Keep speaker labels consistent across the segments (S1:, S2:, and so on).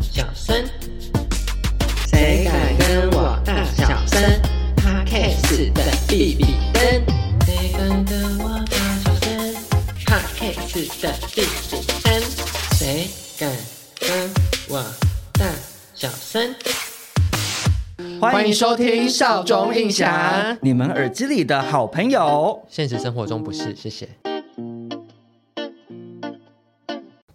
S1: 小声？谁敢跟我大小声 p o d c 的比比登，谁敢跟我大小声 p o d c 的比比登，谁敢跟我大小声？
S2: 欢迎
S1: 收听
S2: 少
S1: 中印象
S2: 你们耳机里的好朋友。
S1: 现实生活中不是，谢谢。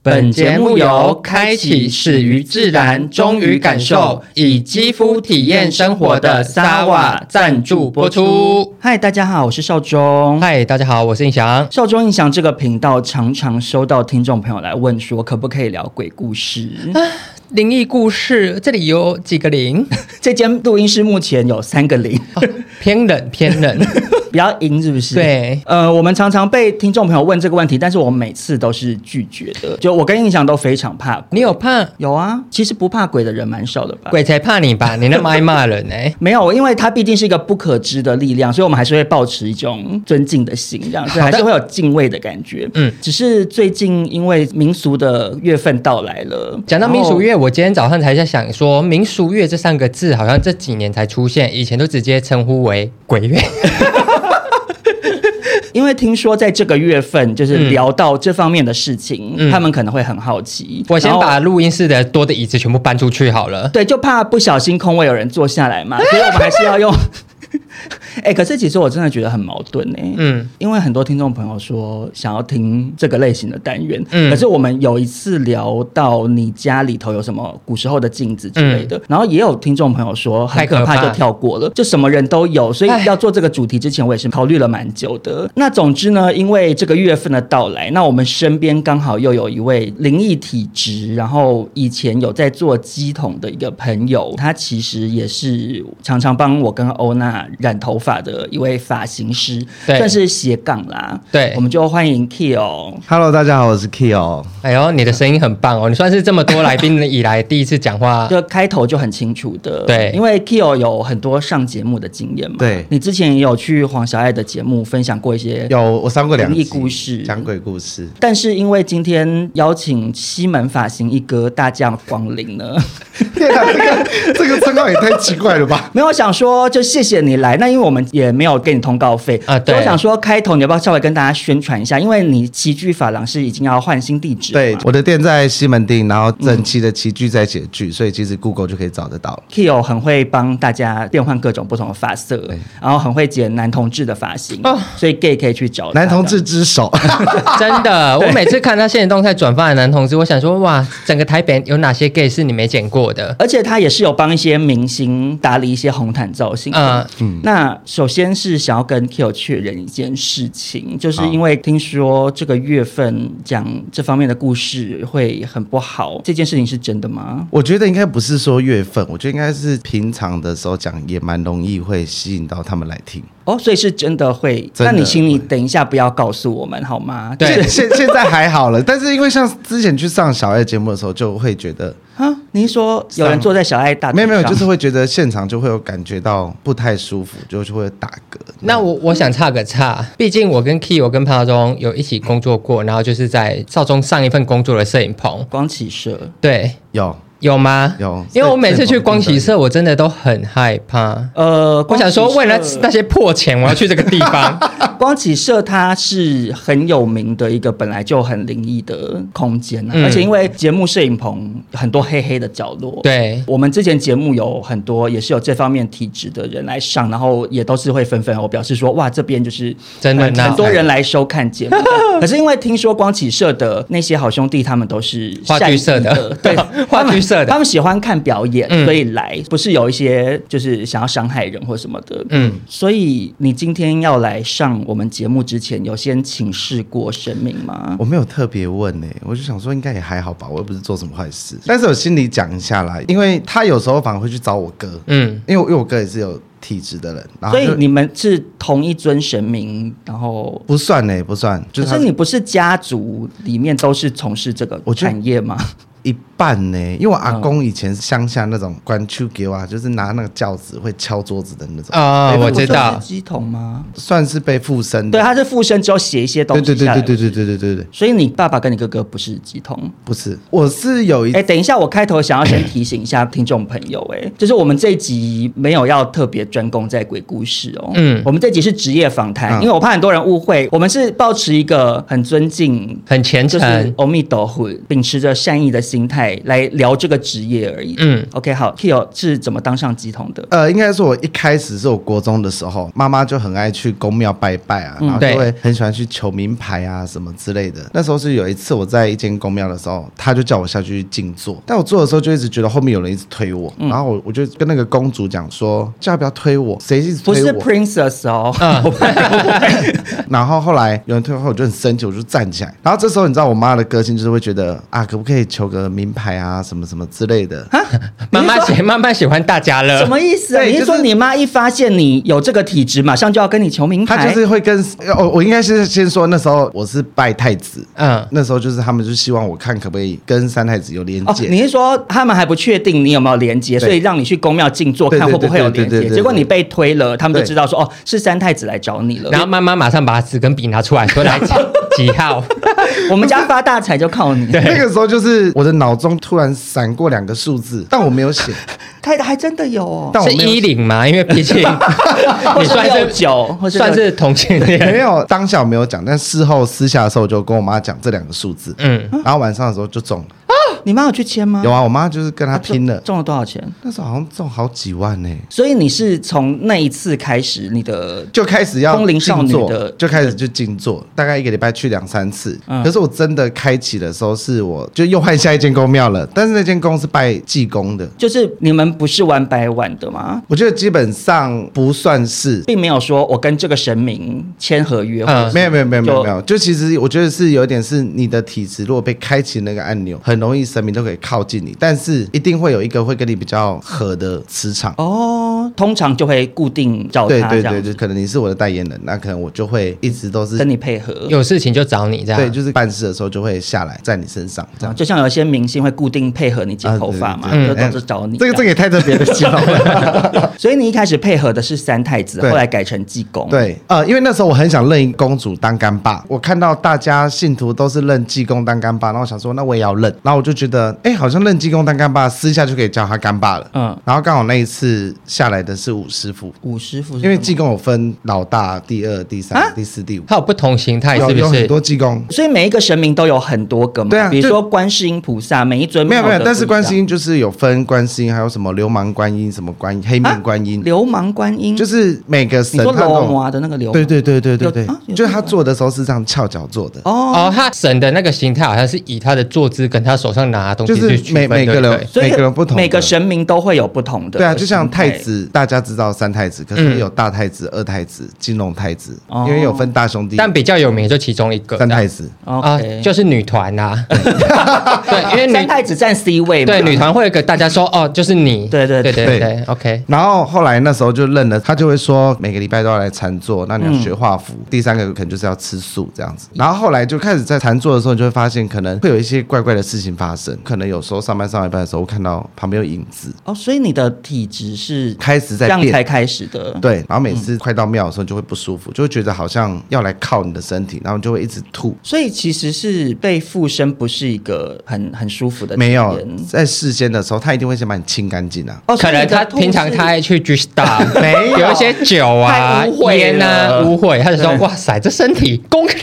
S2: 本节目由开启始于自然忠于感受
S1: 以肌肤体验生活的
S2: 沙瓦
S1: 赞助播出。
S2: 嗨，大家好，我是少中。
S1: 嗨，大家好，我是印翔。
S2: 少中印象这个频道常常收到听众朋友来问说，可不可以聊鬼故事？
S1: 灵异故事，这里有几个零？
S2: 这间录音室目前有三个零，
S1: 偏冷，偏 冷。
S2: 比较阴是不是？。
S1: 哦对，
S2: 呃，我们常常被听众朋友问这个问题，但是我每次都是拒绝的。就我跟印象都非常怕鬼
S1: 你有怕？
S2: 有啊，其实不怕鬼的人蛮少的吧？
S1: 鬼才怕你 吧？你那么爱骂人哎、
S2: 没有，因为它毕竟是一个不可知的力量，所以我们还是会保持一种尊敬的心，这样，所以还是会有敬畏的感觉。
S1: 嗯，
S2: 只是最近因为民俗的月份到来了，
S1: 讲到民俗
S2: 然后，
S1: 月，我今天早上才在想说，民俗月这三个字好像这几年才出现，以前都直接称呼为鬼月。
S2: 因为听说在这个月份，就是
S1: 嗯
S2: 聊到这方面的事情，
S1: 嗯
S2: 他们可能会很好奇。
S1: 我先
S2: 然后
S1: 把录音室的多的椅子全部搬出去好了。
S2: 对，就怕不小心空位有人坐下来 嘛，所以我们还是要用。哎、可是其实我真的觉得很矛盾呢、
S1: 嗯，
S2: 因为很多听众朋友说想要听这个类型的单元，
S1: 嗯
S2: 可是我们有一次聊到你家里头有什么古时候的镜子之类的，然后也有听众朋友说很
S1: 嗯太可
S2: 可怕
S1: 怕
S2: 就跳过了，就什么人都有，所以
S1: 唉
S2: 要做这个主题之前我也是考虑了蛮久的。那总之呢，因为这个月份的到来，那我们身边刚好又有一位灵异体质，然后以前有在做鸡桶的一个朋友，他其实也是常常帮我跟欧娜染头发的一位发型师，
S1: 对
S2: 算是斜杠啦。
S1: 对
S2: 我们就欢迎 Kyo。
S3: Hello，大家好，我是 Kyo。
S1: 哎呦，你的声音很棒哦，你算是这么多来宾以来第一次讲 话。
S2: 就开头就很清楚的，
S1: 对
S2: 因为 Kyo 有很多上节目的经验嘛，
S3: 对
S2: 你之前也有去黄小爱的节目分享过一些，
S3: 有我上过两
S2: 灵
S3: 集
S2: 异故事
S3: 讲鬼故事，
S2: 但是因为今天邀请西门发型一哥大将光临呢，
S3: 天哪，这个这个称号也太奇怪 了吧？
S2: 没有想说就谢谢你来，那因为我们也没有给你通告费
S1: 啊对
S2: 所以我想说开头你要不要稍微跟大家宣传一下，因为你奇聚发廊是已经要换新地址了
S3: 对
S2: 嘛，
S3: 我的店在西门町，然后整期的齐聚在写剧，所以其实 Google 就可以找得到了。
S2: Kyo 很会帮大家变换各种不同的发色
S3: 对，
S2: 然后很会剪男同志的发型，
S1: 哦
S2: 所以 gay 可以去找他
S3: 男同志之手，
S1: 真的，我每次看他现实动态转发的男同志，我想说哇，整个台北有哪些 gay 是你没剪过的？
S2: 而且他也是有帮一些明星打理一些红毯造型。
S1: 嗯
S3: 啊
S2: 那首先是想要跟 Kyo 确认一件事情，就是
S3: 啊
S2: 因为听说这个月份讲这方面的故事会很不好，这件事情是真的吗？
S3: 我觉得应该不是说月份，我觉得应该是平常的时候讲，也蛮容易会吸引到他们来听。
S2: 哦，所以是真的会。
S3: 真
S2: 那
S3: 的
S2: 你请你等一下不要告诉我们好吗？
S1: 对
S3: 现现现在还好了，但是因为像之前去上小爱节目的时候，就会觉得
S2: 啊，您说有人坐在小爱大腿
S3: 没有没有，
S2: 上
S3: 就是会觉得现场就会有感觉到不太舒服，就就会打嗝。
S1: 那我我想岔个岔，毕竟我跟 Key，我跟潘少忠有一起工作过，然后就是在少中上一份工作的摄影棚，
S2: 光启社。
S1: 对，
S3: 有
S1: 有吗？
S3: 有
S1: 因为我每次去光启社，我真的都很害怕。
S2: 呃，
S1: 我想说，为了
S2: 光启社啊
S1: 那些破钱，我要去这个地 方。
S2: 光启社它是很有名的一个本来就很灵异的空间、啊
S1: 嗯
S2: 而且因为节目摄影棚很多黑黑的角落。。
S1: 对，
S2: 我们之前节目有很多也是有这方面体质的人来上，然后也都是会纷纷哦表示说，哇，这边就是
S1: 真的
S2: 很
S1: 闹
S2: 很多人来收看节目。啊 可是因为听说光启社的那些好兄弟他们都是
S1: 话剧社
S2: 善意
S1: 的
S2: 对
S1: 话剧
S4: 色
S2: 他
S4: 的，
S2: 们喜欢看表演，
S4: 嗯
S2: 所以来，不是有一些就是想要伤害人或什么的。
S4: 嗯，
S2: 所以你今天要来上我们节目之前，有先请示过神明吗
S3: 我？没有特别问呢、我就想说应该也还好吧，我又不是做什么坏事。但是我心里讲一下啦，因为他有时候反而会去找我哥，
S4: 嗯，
S3: 因为我因为我哥也是有体质的人，然后
S2: 所以
S3: 就
S2: 你们是同一尊神明，然后。
S3: 不算呢、不算，就
S2: 可
S3: 是他
S2: 是你不是家族里面都是从事这个
S3: 我觉得
S2: 产业吗？
S3: 一半呢、因为我阿
S2: 嗯
S3: 公以前是乡下那种关丘给我，啊就是拿那个轿子会敲桌子的那
S2: 嗯
S3: 种，
S1: 啊
S4: 哦，我知
S2: 我说
S4: 道
S2: 是，鸡桶吗？
S3: 算是被附身的。
S2: 对，他是附身之后写一些东西
S3: 对嗯对对
S2: 下来
S3: 对对对对对对对，
S2: 所以你爸爸跟你哥哥不是鸡桶。
S3: 不是，我是有一
S2: 哎、等一下，我开头想要先提醒一下听众朋友、哎，就是我们这一集没有要特别专攻在鬼故事哦，
S4: 嗯
S2: 嗯，我们这集是职业访谈，
S3: 嗯
S2: 因为我怕很多人误会，我们是保持一个很尊敬。
S4: 很虔
S2: 就
S4: 诚，
S2: 是阿弥陀佛，秉持着善意的心态来聊这个职业而已。
S4: 嗯
S2: 嗯，OK，好，Kyo 是怎么当上鸡童的？
S3: 呃，应该说，我一开始是我国中的时候，妈妈就很爱去公庙拜拜啊，
S2: 嗯
S3: 然后就
S4: 对
S3: 会很喜欢去求名牌啊什么之类的。那时候是有一次我在一间公庙的时候，她就叫我下去静坐，但我坐的时候就一直觉得后面有人一直推我，
S2: 嗯
S3: 然后我我就跟那个公主讲说，叫她不要推我，谁一直
S2: 不
S3: 推
S2: 是
S3: 我？
S2: Princess 哦，我怕
S3: 然后后来有人推后，我就很生气，我就站起来。然后这时候你知道我妈的个性就是会觉得啊，可不可以求个名牌啊什么什么之类的。
S4: 妈妈喜妈妈喜欢大家乐，
S2: 什么意思啊？
S3: 对
S2: 你是
S3: 就是
S2: 说你妈一发现你有这个体质，马上就要跟你求名牌？
S3: 她就是会跟哦，我应该是先说那时候我是拜太子，
S4: 嗯，
S3: 那时候就是他们就希望我看可不可以跟三太子有连
S2: 哦，
S3: 接。
S2: 你是说他们还不确定你有没有连接，
S3: 对
S2: 所以让你去公庙静坐
S3: 对
S2: 看会不会有连
S3: 对对对对
S2: 接？
S3: 对对
S2: 结果你被推了，他们就
S3: 对
S2: 知道说哦是三太子来找你了。
S4: 然后妈妈马上把纸跟笔拿出来说来 几几号，
S2: 我们家发大财就靠你，
S3: 那个时候就是我的脑中突然闪过两个数字，但我没 有写，
S2: 他还真的有哦，
S3: 但我
S4: 是
S3: 没有
S4: 一零嘛，因为毕竟
S2: 或
S4: 你
S2: 是
S4: 算
S2: 六
S4: 是
S2: 九，或是
S4: 算
S2: 六
S4: 是同性
S3: 没
S4: 恋，
S3: 有当下我没有讲，但事后私下的时候我就跟我妈讲这两个数字，
S4: 嗯，
S3: 然后晚上的时候就中了。
S2: 你妈有去签吗？
S3: 有啊，我妈就是跟她
S2: 中
S3: 拼了，
S2: 中了多少钱？
S3: 那时候好像中好几万呢、
S2: 所以你是从那一次开始，你的
S3: 就开始要
S2: 通灵少女
S3: 静坐
S2: 的
S3: 就开始就静坐，大概一个礼拜去两三次。
S2: 嗯
S3: 可是我真的开启的时候，是我就又换下一间公庙了，但是那间公是拜济公的，
S2: 就是你们不是玩白玩的吗？
S3: 我觉得基本上不算是
S2: 并没有说我跟这个神明签合约，或者
S4: 嗯
S2: 是
S3: 没有没有没有没有
S2: 啊就
S3: 没有，就其实我觉得是有一点是你的体质，如果被开启那个按钮，很容易神明都可以靠近你，但是一定会有一个会跟你比较合的磁场。
S2: 哦，通常就会固定找
S3: 对
S2: 他这
S3: 对
S2: 样
S3: 对
S2: 子
S3: 对，可能你是我的代言人，那可能我就会一直都是
S2: 跟你配合，
S4: 有事情就找你这样，
S3: 对，就是办事的时候就会下来在你身上这样。
S2: 就像有些明星会固定配合你剪头发嘛，
S3: 啊对
S2: 就
S3: 对
S2: 总是找你。
S3: 这个这个也太特别的形容 了。
S2: 个，所以你一开始配合的是三太子，
S3: 对
S2: 后来改成济公。，
S3: 对，呃，因为那时候我很想认一个公主当干爸，我看到大家信徒都是认济公当干爸，然后我想说那我也要认，然后我就觉得，哎，好像认济公当干爸，私下就可以叫他干爸了。
S2: 嗯，
S3: 然后刚好那一次下来的是五师傅，
S2: 五师傅是
S3: 因为
S2: 什么
S3: 济公有分老大、第二、第三、
S2: 啊
S3: 第四、第五，
S4: 它有不同形态，
S3: 有
S4: 是
S3: 有
S4: 不
S3: 很
S4: 是？
S3: 多济公。
S2: 所以每一个神明都有很多个嘛，
S3: 对啊
S2: 比如
S3: 就
S2: 说观世音菩萨，每一尊
S3: 没有
S2: 庙
S3: 没有，
S2: 的
S3: 但是
S2: 不一样
S3: 观世音就是有分观世音，还有什么流氓观音、什么观音、黑面观音，
S2: 流氓观音，
S3: 就是每个神
S2: 啊你说
S3: 他都
S2: 罗
S3: 有
S2: 摩的那个流氓，
S3: 对对对对对
S2: 有
S3: 对
S2: 啊有，
S3: 就是
S2: 这
S3: 他
S2: 个
S3: 做的时候是这样翘脚做的，
S2: 哦，
S4: 哦，他神的那个形态好像是以他的坐姿跟他手上拿的东西
S3: 就是
S4: 去区
S3: 每
S4: 分
S3: 每个
S4: 对不
S3: 人
S4: 对
S2: 所以
S3: 每个人不同的
S2: 每个神明都会有不同的。呃
S3: 对啊，就像太。子，大家知道三太子，可是有大太子、二太子、金龙太子，
S2: 嗯哦
S3: 因为有分大兄弟、
S4: 但比较有名就其中一个
S3: 三太子。
S4: 啊
S2: OK，，
S4: 就是女团 呐，对，因为
S2: 三
S4: 女
S2: 太子占 C 位嘛，
S4: 对女团会有一个大家说哦，就是你，
S2: 对对
S4: 对对对
S3: 对
S4: 对，OK，
S3: 然后后来那时候就认了，他就会说每个礼拜都要来禅坐，那你要
S2: 嗯
S3: 学画符。第三个可能就是要吃素这样子。然后后来就开始在禅坐的时候，你就会发现可能会有一些怪怪的事情发生，可能有时候上班上一半的时候，我看到旁边有影子，
S2: 哦，所以你的体质是
S3: 开始
S2: 这
S3: 在
S2: 样
S3: 变
S2: 才嗯开始的。
S3: 对，然后每次快到庙的时候就会不舒服，就会觉得好像要来靠你的身体，然后就会一直吐。
S2: 所以其实是被附身，不是一个很很舒服的体验
S3: 没有在事先的时候，他一定会先把你清干净啊。
S2: 哦，
S4: 可能他平常他爱去 G Star，
S3: 没有
S4: 有一些酒啊
S2: 太污秽、了
S4: 烟啊、污秽，他就
S3: 嗯
S4: 说哇塞，这身体功课，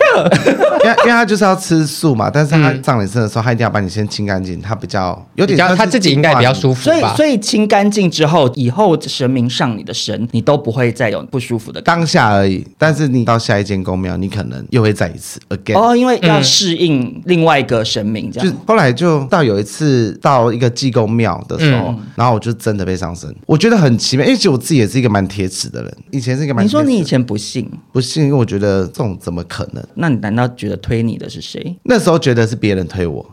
S3: 因为因为他就是要吃素嘛，但是他上你身的时候，他一定要把你先清清干净，它比较有
S4: 嗯比
S3: 点
S4: 较
S3: 像
S4: 他
S3: 是
S4: 自己应该比较
S3: 净化
S4: 舒
S3: 你
S4: 服
S2: 所以
S4: 吧，？
S2: 所以清干净之后，以后神明上你的身，你都不会再有不舒服的感
S3: 当下而已，但是你到下一间公庙，你可能又会再一次 again。
S2: 觉。哦，因为要
S4: 嗯
S2: 适应另外一个神明，这
S3: 就
S2: 样。
S3: 是后来就到有一次到一个济公庙的时
S4: 嗯
S3: 候，然后我就真的被上身，我觉得很奇妙，因为其实我自己也是一个蛮铁齿的人，以前是一个蛮
S2: 你
S3: 铁齿
S2: 说
S3: 的人
S2: 你以前不信，
S3: 不信，因为我觉得这种怎么可能？
S2: 那你难道觉得推你的是谁？
S3: 那时候觉得是别人推我，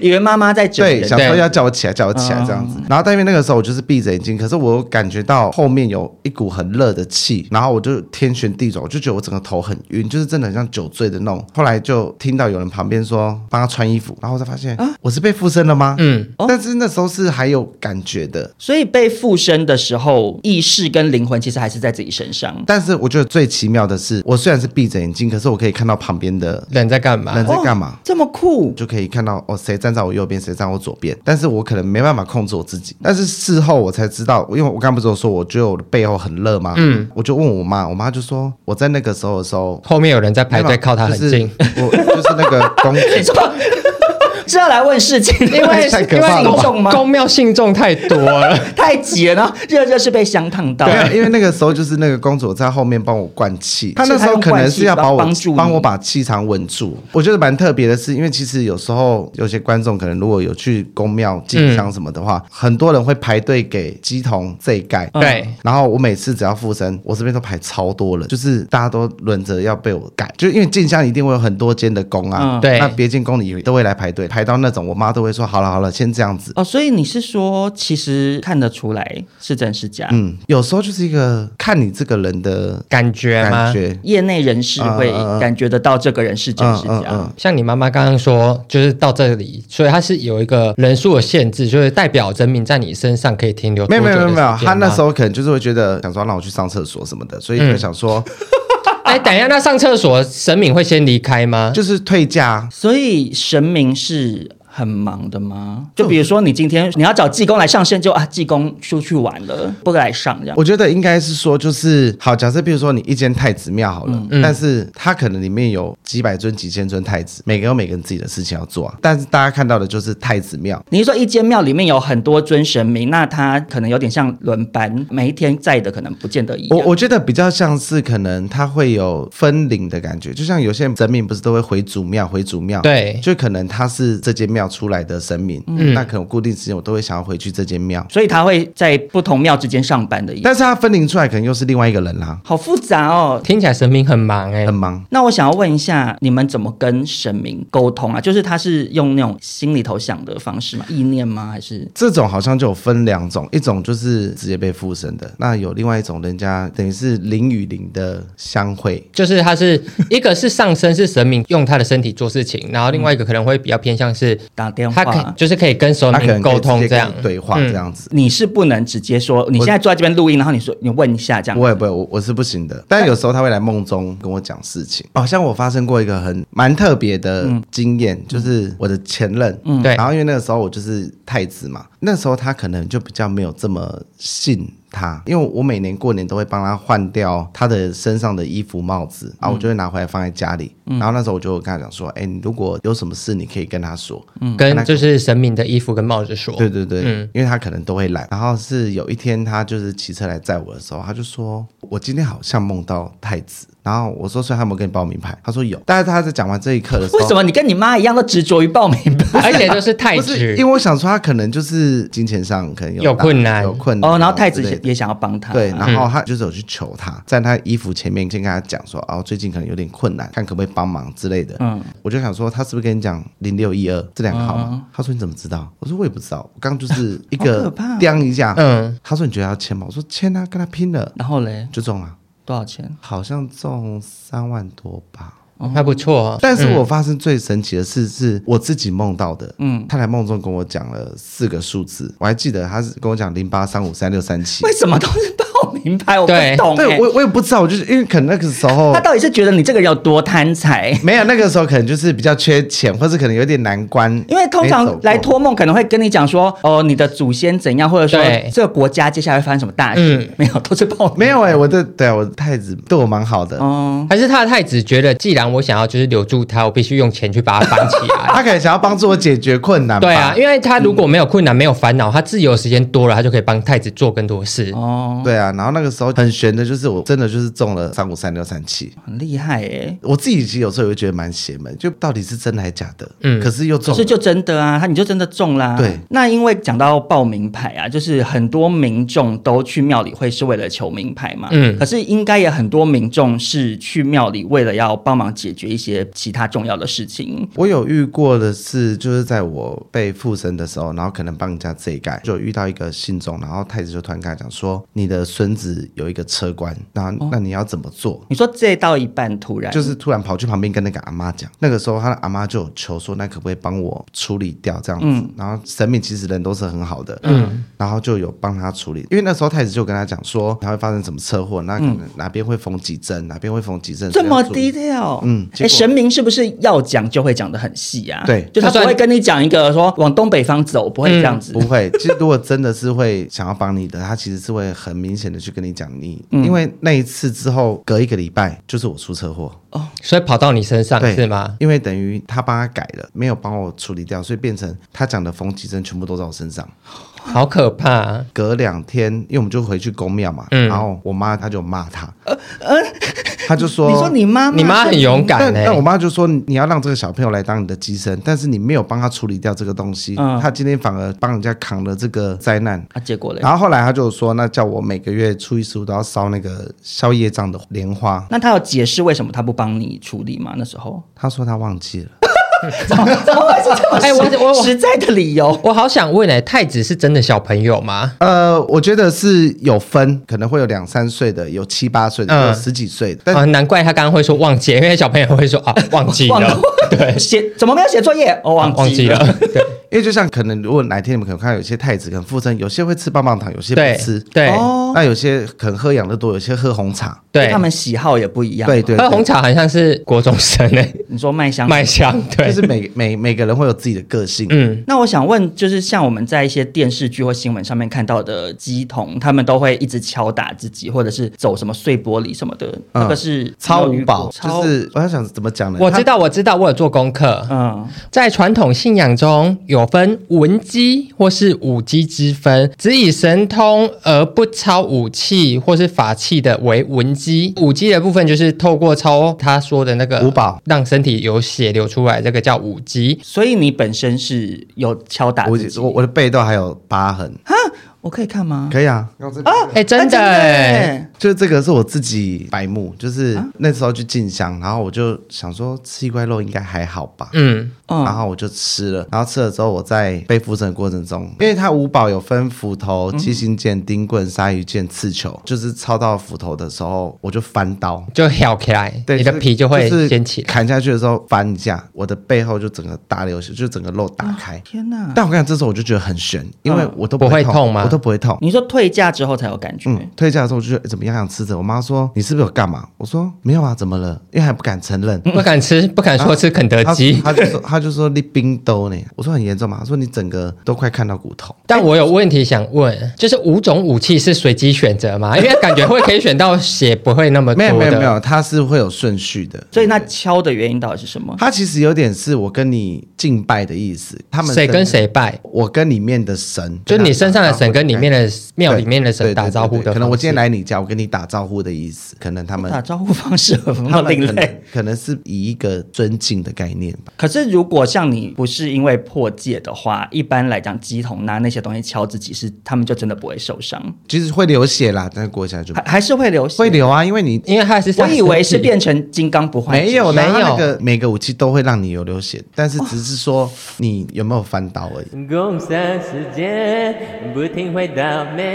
S2: 以为妈妈在整
S3: 对，
S2: 人？
S3: 想说
S4: 对嗯
S3: 要叫我起来，叫我起来这样子。然后但因为那个时候我就是闭着眼睛，可是我感觉到后面有一股很热的气，然后我就天旋地转，我就觉得我整个头很晕，就是真的很像酒醉的那种。后来就听到有人旁边说帮他穿衣服，然后我才发现、啊我是被附身了
S4: 啊
S3: 吗？哦
S4: 嗯，
S3: 但是那时候是还有感觉的，
S2: 所以被附身的时候，意识跟灵魂其实还是在自己身上。
S3: 但是我觉得最奇妙的是，我虽然是闭着眼睛，可是我可以看嗯到旁边的
S4: 人在干嘛
S3: 人？在干嘛。
S2: 哦这么酷
S3: 我，就可以看到哦，谁站在我右边，谁站在我左边，但是我可能没办法控制我自己。但是事后我才知道，因为我刚刚不是有说，我觉得我的背后很热吗？嗯，我就问我妈，我妈就说我在那个时候的时候
S4: 后面有人在排队靠他很近，
S3: 就是我就是那个公 主，
S2: 是要来问事情，
S4: 因为
S3: 太可
S4: 因
S3: 怕
S4: 为
S3: 了吧
S2: 信众吗？
S4: 公庙信众太多 了，
S2: 太急了，然后热热是被香烫到
S3: 对，。啊因为那个时候就是那个公主在后面帮我灌气，她那时候可能是要把我
S2: 帮助你
S3: 帮我把气场稳住。我觉得蛮特别的是，因为其实有时候有些观众可能如果有去宫庙
S4: 嗯
S3: 进香什么的话，很多人会排队给鸡童这一盖。
S2: 嗯
S4: 对，
S3: 然后我每次只要附身，我这边都排超多人，就是大家都轮着要被我改，就因为进香一定会有很多间的宫啊，
S2: 嗯
S4: 对
S3: 那别间宫里都会来排队，排到那种我妈都会说好了好了，先这样子。
S2: 哦，所以你是说，其实看得出来是真是假？
S3: 嗯，有时候就是一个看你这个人的
S4: 感觉吗
S3: 感？觉，
S2: 业内人士会
S3: 嗯嗯嗯
S2: 感觉得到这个人是真是
S3: 嗯嗯
S2: 假
S3: 嗯。
S4: 像你妈妈刚刚说，就是到这里，所以它是有一个人数的限制，就是代表人民在你身上可以停留
S3: 没
S4: 多久
S3: 有没有没有没有，他
S4: 他
S3: 那时候可能就是会觉得想说让我去上厕所什么的，所以就想 说、
S4: 哎，等一下，那上厕所神明会先离开吗？
S3: 就是退价。
S2: 所以神明是很忙的吗？就比如说你今天你要找济公来上身，就啊济公出去玩了，不来上这样。
S3: 我觉得应该是说，就是好，假设比如说你一间太子庙好了，但是它可能里面有几百尊、几千尊太子，每个有每个人自己的事情要做啊。但是大家看到的就是太子庙，
S2: 你是说一间庙里面有很多尊神明，那他可能有点像轮班，每一天在的可能不见得一
S3: 我
S2: 样。
S3: 我觉得比较像是可能它会有分灵的感觉，就像有些神明不是都会回祖庙，回祖庙，
S4: 对，
S3: 就可能他是这间庙出来的神明，那可能固定时间我都会想要回去这间庙，
S2: 所以他会在不同庙之间上班的意思，
S3: 但是他分灵出来可能又是另外一个人啦、
S2: 好复杂哦。
S4: 听起来神明很忙哎、
S3: 很忙。
S2: 那我想要问一下，你们怎么跟神明沟通啊？就是他是用那种心里头想的方式吗？意念吗？还是
S3: 这种好像就有分两种，一种就是直接被附身的，那有另外一种人家等于是灵与灵的相会。
S4: 就是他是一个是上身是神明用他的身体做事情，然后另外一个可能会比较偏向是
S2: 打电
S4: 他可
S2: 话？
S4: 就是可以跟神
S3: 他可
S4: 明
S3: 能可以
S4: 哦沟
S3: 直接
S4: 通
S3: 跟
S4: 这样
S3: 你对话
S4: 嗯
S3: 这样子，
S2: 你是不能直接说你现在坐在这边录音，然后你说你问一下这样。
S3: 我也不会，我我是不行的。但有时候他会来梦中跟我讲事情，好、像我发生过一个很蛮特别的经验，就是我的前任，嗯，
S4: 对
S3: 然后因为那个时候我就是太子嘛，那时候他可能就比较没有这么信。他，因为我每年过年都会帮他换掉他的身上的衣服、帽子，然后我就会拿回来放在家里。然后那时候我就跟他讲说：“哎、你如果有什么事，你可以跟他说。”
S4: 跟就是神明的衣服跟帽子说，
S3: 嗯对对对，
S2: 嗯
S3: 因为他可能都会来。然后是有一天，他就是骑车来载我的时候，他就说：“我今天好像梦到太子。”然后我说：“所以他有没有跟你报名牌？”他说：“有。”但是他在讲完这一刻的时候，
S2: 为什么你跟你妈一样都执着于报名班？
S4: 而且就是太
S3: 不是，
S4: 子
S3: 因为我想说他可能就是金钱上可能有
S4: 有
S3: 大
S4: 困难
S3: 有困难
S2: 哦，然后太
S3: 之
S2: 子
S3: 类
S2: 也
S3: 的
S2: 也想要帮他。
S3: 嗯对，然
S2: 嗯
S3: 后他就是有去求他，在他衣服前面先跟他讲说，哦，最近可能有点困难，看可不可以帮忙之类的。
S2: 嗯
S3: 嗯，哦我就想说，他是不是跟你讲零六一二这两个号码？他说你怎么知道？我说我也不知道，我刚就是一
S2: 好可
S3: 个
S2: 怕
S3: 叮一下，
S4: 嗯
S3: 嗯，他说你觉得要签吗？我说签啊，跟他拼了，
S2: 然后嘞，
S3: 就中了，
S2: 多少钱？
S3: 好像中三万多吧。
S4: 还不错、哦。
S3: 但是我发生最神奇的事是我自己梦到的，嗯，他来梦中跟我讲了四个数字，我还记得他是跟我讲零八三五三六三七
S2: 为，什么都是报报名牌， 我不
S4: 对
S2: 懂、欸。
S3: 对我我也不知道，我就是因为可能那个时候
S2: 他到底是觉得你这个人有多贪 财？
S3: 没有，那个时候可能就是比较缺钱，或是可能有点难关，
S2: 因为通
S3: 没走
S2: 常
S3: 过
S2: 来托梦可能会跟你讲说，哦，你的祖先怎样，或者说
S4: 对
S2: 这个国家接下来会发生什么大事，
S4: 嗯
S2: 没有，都是报名
S3: 没有哎、我的对啊，我的太子对我蛮好的，
S2: 哦。
S4: 还是他的太子觉得，既然我想要就是留住他，我必须用钱去把他绑起 来。
S3: 他可能想要帮助我解决困难吧。
S4: 对啊，因为他如果没有困难、没有烦
S3: 嗯
S4: 恼，他自由的时间多了，他就可以帮太子做更多事。
S2: 哦，
S3: 对啊，然后那个时候很悬的，就是我真的就是中了三五三六三七。
S2: 很厉害哎、
S3: 我自己其实有时候也会觉得蛮邪门，就到底是真的还假的？嗯，
S4: 嗯
S3: 可是又中
S2: 可
S3: 了，
S2: 是就真的啊，他你就真的中啦、
S3: 对
S2: 那因为讲到报名牌啊，就是很多民众都去庙里会是为了求名牌嘛。
S4: 嗯
S2: 可是应该也很多民众是去庙里为了要帮忙解决一些其他重要的事情。
S3: 我有遇过的是，就是在我被附身的时候，然后可能帮人家这一盖，就有遇到一个信众，然后太子就突然跟他讲说，你的孙子有一个车官，那
S2: 哦
S3: 那你要怎么做？
S2: 你说这到一半突然
S3: 就是突然跑去旁边跟那个阿妈讲，那个时候他的阿妈就有求说，那可不可以帮我处理掉这样子？然后神明其实人都是很好的，嗯，然后就有帮他处理，因为那时候太子就跟他讲说，他会发生什么车祸，那可能哪边会缝几针，哪边会缝几针，
S2: 这么
S3: 所以要处理
S2: detail，
S3: 嗯结
S2: 哎，
S3: 果
S2: 神明是不是要讲就会讲的很细啊？
S3: 对
S2: 就他
S4: 他嗯
S2: 不
S4: 虽然
S2: 会跟你讲一个说往东北方走，不会这样子。
S3: 不会，其实如果真的是会想要帮你的，他其实是会很明显的去跟你讲你，因为那一次之后隔一个礼拜就是我出车祸，
S4: 所以跑到你身上
S3: 对
S4: 是吗？
S3: 因为等于他帮他改了，没有帮我处理掉，所以变成他讲的缝几针全部都在我身上。
S4: 好可怕、啊！
S3: 隔两天，因为我们就回去公庙嘛，
S2: 嗯
S3: 然后我妈她就骂他，她就说，
S2: 你欸说你妈妈，
S4: 你妈很勇
S3: 但
S4: 敢欸呢、
S3: 但我妈就说你要让这个小朋友来当你的机身，但是你没有帮他处理掉这个东西，
S2: 嗯
S3: 他今天反而帮人家扛了这个灾难。
S2: 啊，结果嘞？
S3: 然后后来他就说，那叫我每个月初一十五都要烧那个宵夜账的莲花。
S2: 那他有解释为什么他不帮你处理吗？那时候
S3: 他说他忘记了，
S2: 怎么会是这么
S4: 哎我我我
S2: 实在的理由？
S4: 我好想问哎、太子是真的小朋友吗？
S3: 呃，我觉得是有分，可能会有两三岁的，有七八岁的，
S4: 嗯
S3: 有十几岁的，但
S4: 啊，难怪他刚刚会说忘记， 因为小朋友会说啊忘 记
S2: 忘
S4: 了
S2: 了，对，写怎么没有写作业？我
S4: 啊
S2: 忘记 了。
S4: 对
S3: 因为就像可能，如果哪天你们可能看到有些太子可能附身，有些会吃棒棒糖，有些
S4: 对
S3: 不吃。
S4: 对
S2: 哦
S3: 那有些可能喝养乐多，有些喝红茶。
S4: 对
S2: 他，们喜好也不一样。
S3: 对，对，
S4: 喝
S3: 对
S4: 红茶好像是国中生哎、
S2: 你说麦 香
S4: 麦香对，
S3: 就是每每每个人会有自己的个性。
S4: 嗯，
S2: 那我想问，就是像我们在一些电视剧或新闻上面看到的鸡童，他们都会一直敲打自己，或者是走什么碎玻璃什么的，那个是
S3: 嗯
S2: 你
S3: 超
S2: 有
S3: 五
S2: 遇过
S3: 宝
S2: 超
S3: 就是我在想怎么讲呢？
S4: 我知道我知道，我有做功课。
S2: 嗯，
S4: 在传统信仰中，有分文机或是武机之分，只以神通而不超武器或是法器的为文机。武机的部分就是透过超他说的那个
S3: 五宝，
S4: 让身体有血流出来，这个叫武机。
S2: 所以你本身是有敲打
S3: 他我
S2: 自己，
S3: 我我的背都还有疤痕，
S2: 我可以看吗？
S3: 可以啊。嗯
S4: 哎、真的、欸，
S2: 耶
S3: 就是这个是我自己白目，就是那时候去进香，然后我就想说吃一块肉应该还好吧。
S4: 嗯，
S3: 然
S2: 嗯，
S3: 后我就吃了，然后吃了之后，我在被附身的过程中，因为它五宝有分斧
S4: 嗯
S3: 头、七星剑、钉棍、鲨鱼剑、刺球，就是抄到斧头的时候，我就翻刀，
S4: 就挑起来，
S3: 对，
S4: 你的
S3: 是
S4: 皮就会
S3: 是
S4: 掀起 来。
S3: 砍下去的时候翻一下，我的背后就整个大流血，就整个肉打开。
S2: 天哪！
S3: 但我跟你讲，这时候我就觉得很悬，因为我
S4: 嗯
S3: 都
S4: 不会
S3: 痛
S4: 痛吗
S3: 我都不会痛。
S2: 你说退价之后才有感觉，
S3: 嗯，退价的时候我就觉得诶怎么样想吃着，我妈说你是不是有干嘛？我说没有啊，怎么了？因为还不敢承认。
S4: 不敢吃，不敢
S3: 啊
S4: 说吃肯德
S3: 她
S4: 基。
S3: 她就说她就说你冰兜呢，我说很严重嘛，她说你整个都快看到骨头。
S4: 但我有问题想问，就是五种武器是随机选择吗？因为感觉会可以选到血不会那么多
S3: 没
S4: 的。
S3: 有 没有没有，它是会有顺序的。
S2: 所以那敲的原因到底是什么？
S3: 它其实有点是我跟你敬拜的意思，他们
S4: 谁跟
S3: 神？
S4: 谁拜？
S3: 我跟里面的神，
S4: 就你身上的神跟里面
S3: 的
S4: 的庙里面的神打招呼的方式，
S3: 可能我今天来你家，我跟你打招呼的意思，可能他们
S2: 打招呼方式很
S3: 他们
S2: 另
S3: 可
S2: 类
S3: 能。可能是以一个尊敬的概念吧。
S2: 可是如果像你不是因为破戒的话，一般来讲，鸡童拿那些东西敲自己是，他们就真的不会受伤，
S3: 其实会流血啦，但是过一下就
S2: 还还是会流血。
S3: 会流啊，因为你
S4: 因为他是
S2: 我以为
S4: 神
S2: 是
S4: 器
S2: 变成金刚不坏之身，
S3: 没有
S4: 没有
S3: 啦它那个每个武器都会让你有流血，但是只是
S2: 哦
S3: 说你有没有翻
S2: 嗯
S3: 刀而已。
S5: 共享时间，不停回到美。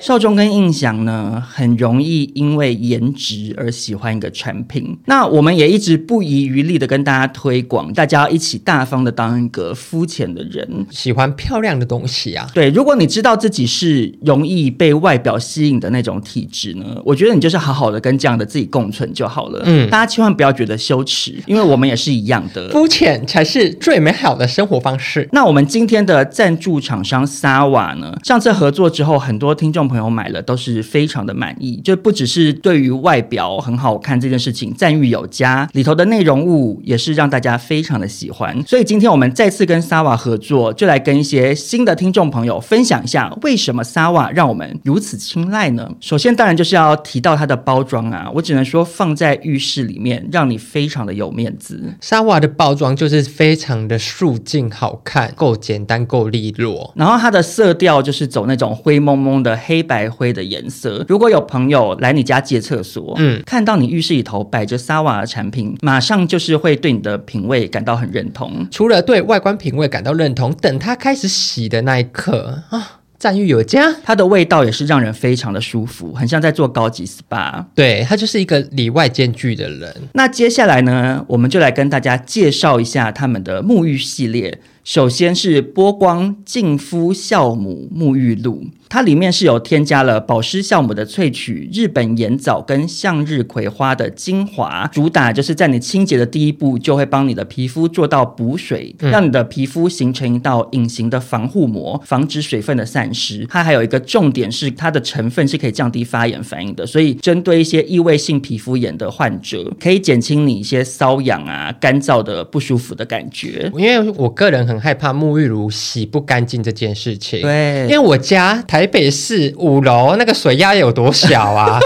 S2: 少中跟印象呢，很容易因为颜值而喜欢一个产品。那我们也一直不遗余力的跟大家推广，大家要一起大方的当一个肤浅的人。
S4: 喜欢漂亮的东西啊。
S2: 对，如果你知道自己是容易被外表吸引的那种体质呢，我觉得你就是好好的跟这样的自己共存就好了。
S4: 嗯
S2: 嗯，大家千万不要觉得羞耻，因为我们也是一样的。
S4: 肤浅才是最美好的生活方式。
S2: 那我们今天的赞助厂商 Sawa 呢，上次合作之后，很多听众朋友买了都是非常的满意，就不只是对于外表很好看这件事情赞誉有加，里头的内容物也是让大家非常的喜欢。所以今天我们再次跟 Sawa 合作，就来跟一些新的听众朋友分享一下，为什么 Sawa 让我们如此青睐呢？首先，当然就是要提到它的包装啊，我只能说放在浴室里面，让你非常的有面子。
S4: 沙瓦的包装就是非常的素净好看，够简单，够利落。
S2: 然后它的色调就是走那种灰蒙蒙的黑白灰的颜色。如果有朋友来你家借厕所，
S4: 嗯
S2: 嗯，看到你浴室里头摆着 Sawa 的产品，马上就是会对你的品味感到很认同。
S4: 除了对外观品味感到认同，等它开始洗的那一刻啊，赞誉有加。
S2: 它的味道也是让人非常的舒服，很像在做高级 SPA。
S4: 对他就是一个里外兼具的人，
S2: 那接下来呢，我们就来跟大家介绍一下他们的沐浴系列。首先是波光净肤酵母沐浴露，它里面是有添加了保湿酵母的萃取、日本岩藻跟向日葵花的精华，主打就是在你清洁的第一步就会帮你的皮肤做到补水，
S4: 嗯
S2: 让你的皮肤形成一道隐形的防护膜，防止水分的散失。它还有一个重点是它的成分是可以降低发炎反应的，所以针对一些异位性皮肤炎的患者，可以减轻你一些瘙痒啊、干燥的不舒服的感觉。
S4: 因为我个人很害怕沐浴乳洗不干净这件事情。
S2: 对
S4: 因为我家台北市五楼那个水压有多小 啊？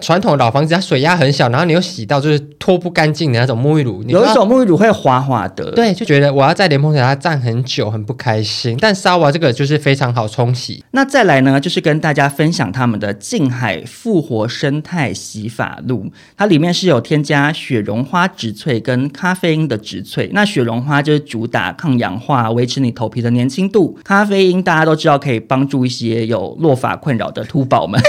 S4: 传统老房子它水压很小，然后你又洗到就是拖不干净的那种沐浴乳，你
S2: 有一
S4: 知道
S2: 种沐浴乳会滑滑的，，
S4: 对，就觉得我要在莲蓬头它站很久，很不开心。但沙瓦这个就是非常好冲洗，
S2: 那再来呢，就是跟大家分享他们的近海复活生态洗发露，它里面是有添加雪绒花植萃跟咖啡因的植萃。那雪绒花就是主打抗氧化，维持你头皮的年轻度；咖啡因大家都知道可以帮助一些有落发困扰的秃宝们。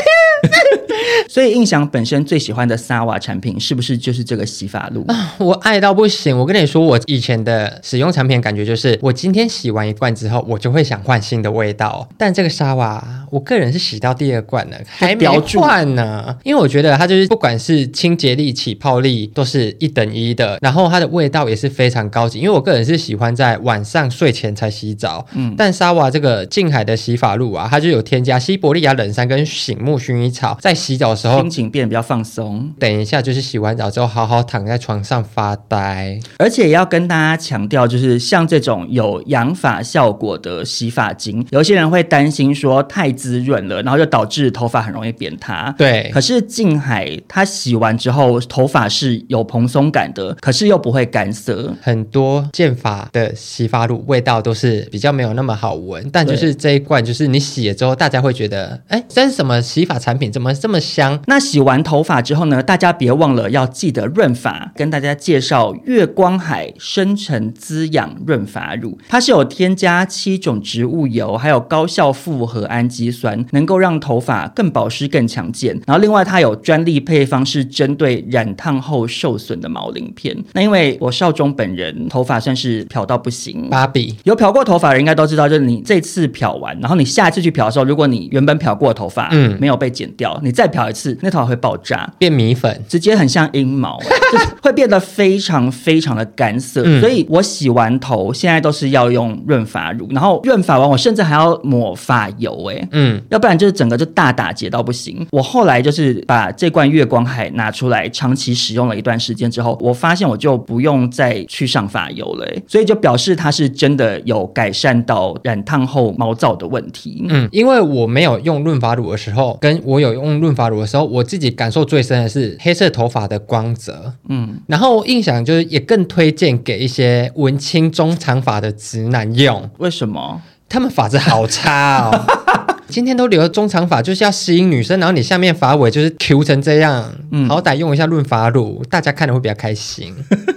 S2: 所以印象本身最喜欢的 Sawa 产品，是不是就是这个洗发露？
S4: 我爱到不行。我跟你说，我以前的使用产品的感觉就是，我今天洗完一罐之后，我就会想换新的味道。但这个沙瓦，我个人是洗到第二罐了，还没
S2: 标注
S4: 换呢，因为我觉得它就是不管是清洁力、起泡力都是一等一的，然后它的味道也是非常高级。因为我个人是喜欢在晚上睡前才洗澡，嗯，但沙瓦这个近海的洗发露啊，它就有添加西伯利亚冷杉跟醒目薰衣草，在洗澡的时候
S2: 心。情变得比较放松。
S4: 等一下，就是洗完澡之后，好好躺在床上发呆。
S2: 而且也要跟大家强调，就是像这种有养发效果的洗发精，有一些人会担心说太滋润了，然后就导致头发很容易变塌。
S4: 对
S2: 可是静海它洗完之后，头发是有蓬松感的，可是又不会干涩。
S4: 很多剑法的洗发露味道都是比较没有那么好闻，但就
S2: 对
S4: 是这一罐，就是你洗了之后，大家会觉得，哎，这是什么洗发产品？怎么这么香？
S2: 那洗完头发之后呢，大家别忘了要记得润发。跟大家介绍月光海深层滋养润发乳，它是有添加七种植物油，还有高效复合氨基酸，能够让头发更保湿、更强健。然后另外它有专利配方是针对染烫后受损的毛鳞片。那因为我少中本人头发算是漂到不行，
S4: 芭比，
S2: 有漂过头发的人应该都知道，就是你这次漂完，然后你下一次去漂的时候，如果你原本漂过的头发，
S4: 嗯
S2: 嗯，没有被剪掉，你再漂一次，那头发会爆炸。
S4: 变米粉，
S2: 直接很像阴 毛，就是会变得非常非常的干涩，
S4: 嗯
S2: 所以我洗完头现在都是要用润发乳，然后润发完我甚至还要抹发油、欸，
S4: 嗯，
S2: 要不然就是整个就大打结到不行。我后来就是把这罐月光海拿出来，长期使用了一段时间之后，我发现我就不用再去上发油了、欸所以就表示它是真的有改善到染烫后毛躁的问题。
S4: 嗯，因为我没有用润发乳的时候，跟我有用润发乳的时候，我自己感受最深的是黑色头发的光泽。嗯，然后印象就是也更推荐给一些文青中长发的直男用，
S2: 为什么？
S4: 他们发质好差哦。 今天都留中长发就是要吸引女生，然后你下面发尾就是 Q 成这样，
S2: 嗯
S4: 好歹用一下润发乳，大家看了会比较开心。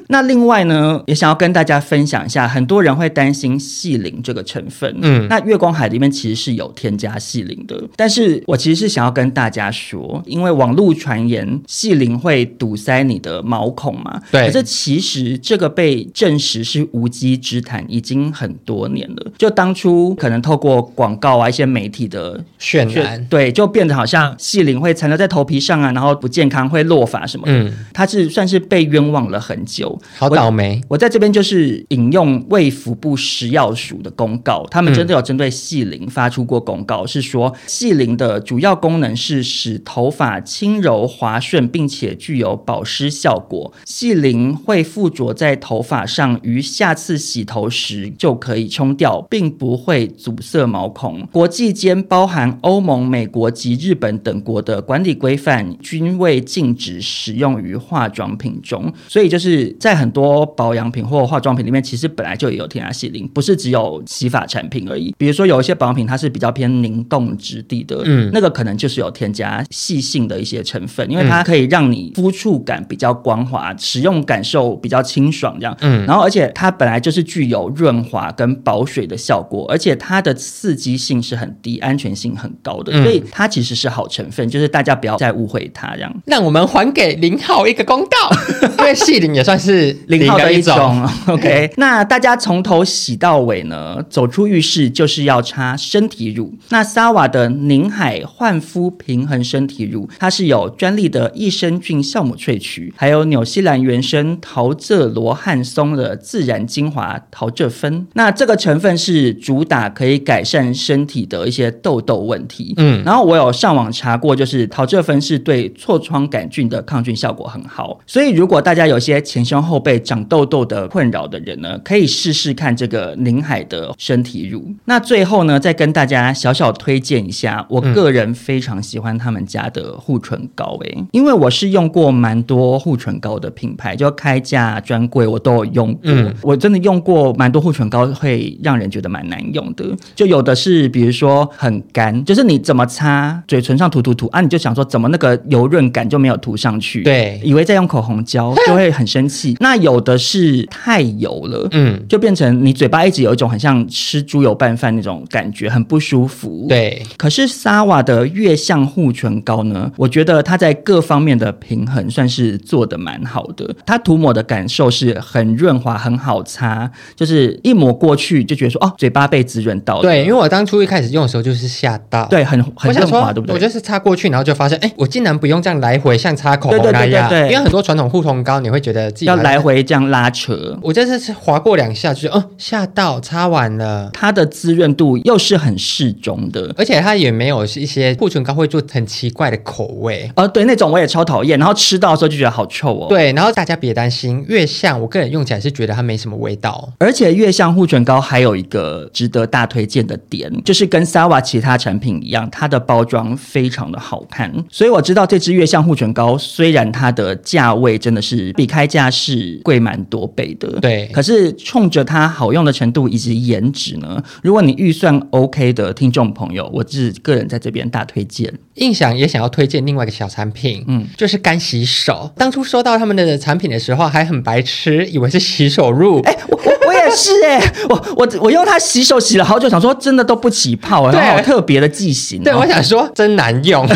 S2: 那另外呢，也想要跟大家分享一下，很多人会担心细鳞这个成分。
S4: 嗯
S2: 嗯，那月光海里面其实是有添加细鳞的，但是我其实是想要跟大家说，因为网络传言细鳞会堵塞你的毛孔嘛，
S4: 对
S2: 可是其实这个被证实是无稽之谈，已经很多年了。就当初可能透过广告啊，一些媒体的
S4: 渲
S2: 就
S4: 染，
S2: 对，就变得好像细鳞会残留在头皮上啊，然后不健康会落发什么的。
S4: 嗯，
S2: 它是算是被冤枉了很久。
S4: 好
S2: 我
S4: 倒霉。
S2: 我在这边就是引用卫福部食药署的公告，他们真的有针对细鳞发出过公告，是说细鳞的主要功能是使头发轻柔滑顺，并且具有保湿效果。细鳞会附着在头发上，于下次洗头时就可以冲掉，并不会阻塞毛孔。国际间包含欧盟、美国及日本等国的管理规范均未禁止使用于化妆品中，所以就是在很多保养品或化妆品里面，其实本来就有添加细鳞，不是只有洗发产品而已。比如说有一些保养品它是比较偏凝冻质地的，
S4: 嗯
S2: 嗯，那个可能就是有添加细性的一些成分，因为它可以让你肤触感比较光滑，使用感受比较清爽这样。
S4: 嗯
S2: 然后而且它本来就是具有润滑跟保水的效果，而且它的刺激性是很低，安全性很高的，
S4: 嗯
S2: 所以它其实是好成分，就是大家不要再误会它这样。
S4: 让我们还给林浩一个公 道，因为细鳞也算是
S2: 零号的
S4: 的
S2: 一
S4: 种。
S2: 种。OK，那大家从头洗到尾呢，走出浴室就是要擦身体乳。那 Sawa 的宁海焕肤平衡身体乳，它是有专利的益生菌酵母萃取，还有纽西兰原生陶蔗罗汉松的自然精华陶蔗酚。那这个成分是主打可以改善身体的一些痘痘问题。
S4: 嗯
S2: 嗯，然后我有上网查过，就是陶蔗酚是对痤疮杆菌的抗菌效果很好，所以如果大家有些前胸后背长痘痘的困扰的人呢，可以试试看这个宁海的身体乳。那最后呢，再跟大家小小推荐一下，我
S4: 嗯
S2: 个人非常喜欢他们家的护唇膏诶、因为我是用过蛮多护唇膏的品牌，就开价、专柜我都有用过，
S4: 嗯
S2: 我真的用过蛮多护唇膏，会让人觉得蛮难用的。就有的是，比如说很干，就是你怎么擦，嘴唇上涂涂涂啊，你就想说怎么那个油润感就没有涂上去，
S4: 对
S2: 以为在用口红 胶，就会很生气。那有的是太油了，
S4: 嗯，
S2: 就变成你嘴巴一直有一种很像吃猪油拌饭那种感觉，很不舒服。。
S4: 对，
S2: 可是 Sawa 的月相护唇膏呢，我觉得它在各方面的平衡算是做的蛮好的。它涂抹的感受是很润滑，很好擦，就是一抹过去就觉得说哦，嘴巴被滋润到了。
S4: 对，因为我当初一开始用的时候就是吓到，，
S2: 对，很
S4: 我
S2: 很
S4: 想
S2: 润
S4: 说
S2: 滑，对不对？
S4: 我就是擦过去，然后就发现，哎，我竟然不用这样来回，像擦口
S2: 对
S4: 红
S2: 对
S4: 那
S2: 对对
S4: 样，
S2: 对
S4: 因为很多传统护唇膏你会觉得自己
S2: 要
S4: 好像
S2: 来。回这样拉扯。
S4: 我这次是划过两下，就是哦，吓到，擦完了，
S2: 它的滋润度又是很适中的，
S4: 而且它也没有一些护唇膏会做很奇怪的口味。
S2: 哦，对，那种我也超讨厌，然后吃到的时候就觉得好臭哦。，
S4: 对，然后大家别担心，月相我个人用起来是觉得它没什么味道。
S2: 而且月相护唇膏还有一个值得大推荐的点，就是跟 Sawa 其他产品一样，它的包装非常的好看。所以我知道这支月相护唇膏虽然它的价位真的是比开价是贵蛮多倍的，
S4: 对
S2: 可是冲着它好用的程度以及颜值呢，如果你预算 OK 的听众朋友，我是个人在这边大推荐。
S4: 印象也想要推荐另外一个小产品，嗯
S2: 嗯，
S4: 就是干洗手。当初收到他们的产品的时候还很白痴，以为是洗手乳，
S2: 哎、我我我也是哎、我我我用它洗手洗了好久，想说真的都不起泡，
S4: 对
S2: 然后好特别的剂型、哦。
S4: 对，我想说 真难 用，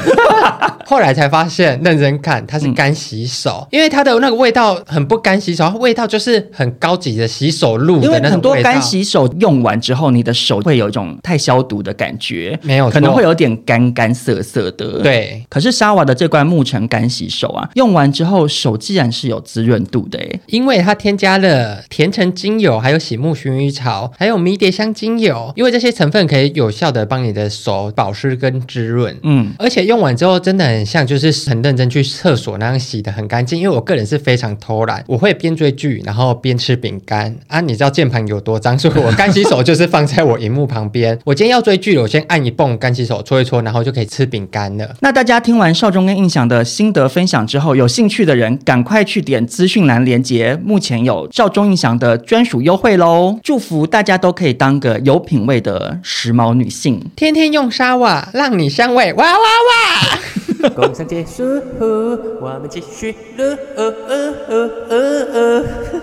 S4: 后来才发现认真看它是
S2: 嗯
S4: 干洗手，因为它的那个味道很不干洗手，它味道就是很高级的洗手露
S2: 因
S4: 的
S2: 为
S4: 那
S2: 很
S4: 种
S2: 多
S4: 味道。
S2: 干洗手用完之后，你的手会有一种太消毒的感觉，
S4: 没有错
S2: 可能会有点干干涩涩的。。
S4: 对，
S2: 可是沙瓦的这罐木城干洗手啊，用完之后手既然是有滋润度的、欸，
S4: 因为它添加了甜橙精油，还有洗木薰衣草，还有迷迭香精油，因为这些成分可以有效的帮你的手保湿跟滋润。
S2: 嗯，
S4: 而且用完之后真的很像，就是很认真去厕所那样洗的很干净。因为我个人是非常偷懒，我会边追剧然后边吃饼干啊。你知道键盘有多脏，所以我干洗手就是放在我荧幕旁边。我今天要追剧了，我先按一泵干洗手搓一搓，然后就可以吃饼干了。
S2: 那大家听完少中跟印象的心得分享之后，有兴趣的人赶快去点资讯栏连接，目前有少中印象的专属优惠喽！祝福大家都可以当个有品味的时髦女性。
S4: 天天用沙瓦让你香味哇哇哇！
S5: 工商结束后，我们继续录。哦哦哦哦哦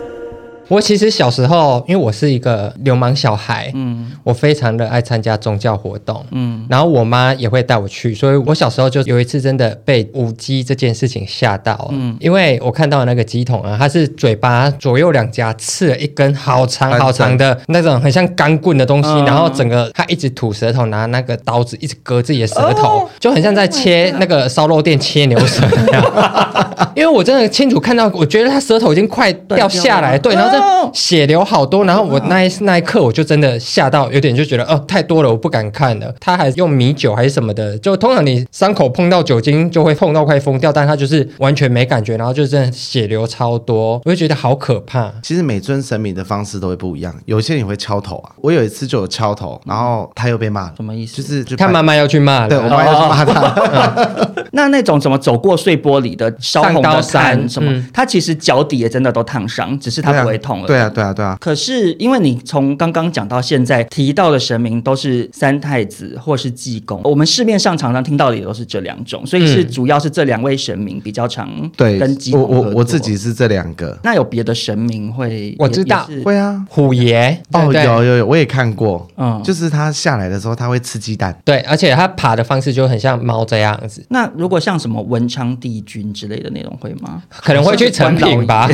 S4: 我其实小时候，因为我是一个流氓小孩，嗯，我非常的爱参加宗教活动，嗯，然后我妈也会带我去，所以我小时候就有一次真的被舞鸡这件事情吓到了，嗯，因为我看到那个鸡桶啊，它是嘴巴左右两颊刺了一根好长好长嗯的那种很像钢棍的东西，然后整个它一直吐舌头，拿那个刀子一直割自己的舌头，就很像在切那个烧肉店切牛舌那样，因为我真的清楚看到，我觉得它舌头已经快掉下来，对，然后这。
S3: 哦
S4: 血流好多，然后我那一那一刻我就真的吓到，有点就觉得哦太多了，我不敢看了。他还用米酒还是什么的，就通常你伤口碰到酒精就会碰到快疯掉，但他就是完全没感觉，然后就真的血流超多，我就觉得好可怕。
S3: 其实每尊神明的方式都会不一样，有些人会敲头啊。我有一次就有敲头，然后他又被骂了。
S2: 什么意思
S3: 就是就
S4: 他妈妈要去骂
S3: 对我
S4: 了，
S3: 妈
S2: 哦
S3: 又去 骂他。
S2: 那那种什么走过碎玻璃的烧红
S4: 上刀
S2: 的
S4: 山
S2: 炭什么，
S4: 嗯
S2: 它其实脚底也真的都烫伤，只是它不会痛了。
S3: 对啊，对啊，对啊。
S2: 可是，因为你从刚刚讲到现在提到的神明都是三太子或是济公，我们市面上常常听到的也都是这两种，所以是
S4: 嗯
S2: 主要是这两位神明比较常
S3: 对
S2: 跟济，
S3: 我
S2: 公
S3: 我
S2: 合
S3: 我
S2: 作
S3: 自己是这两个。
S2: 那有别的神明会
S4: 我
S2: 也
S4: 知道
S2: 也是
S3: 会啊。
S4: 虎爷
S3: 哦，
S4: 对对
S3: 有有有，我也看过。
S2: 嗯
S3: 就是他下来的时候，他会吃鸡蛋。
S4: 对，而且他爬的方式就很像猫这样 子，
S2: 那如果像什么文昌帝君之类的那种会吗？
S4: 可能会去成品吧。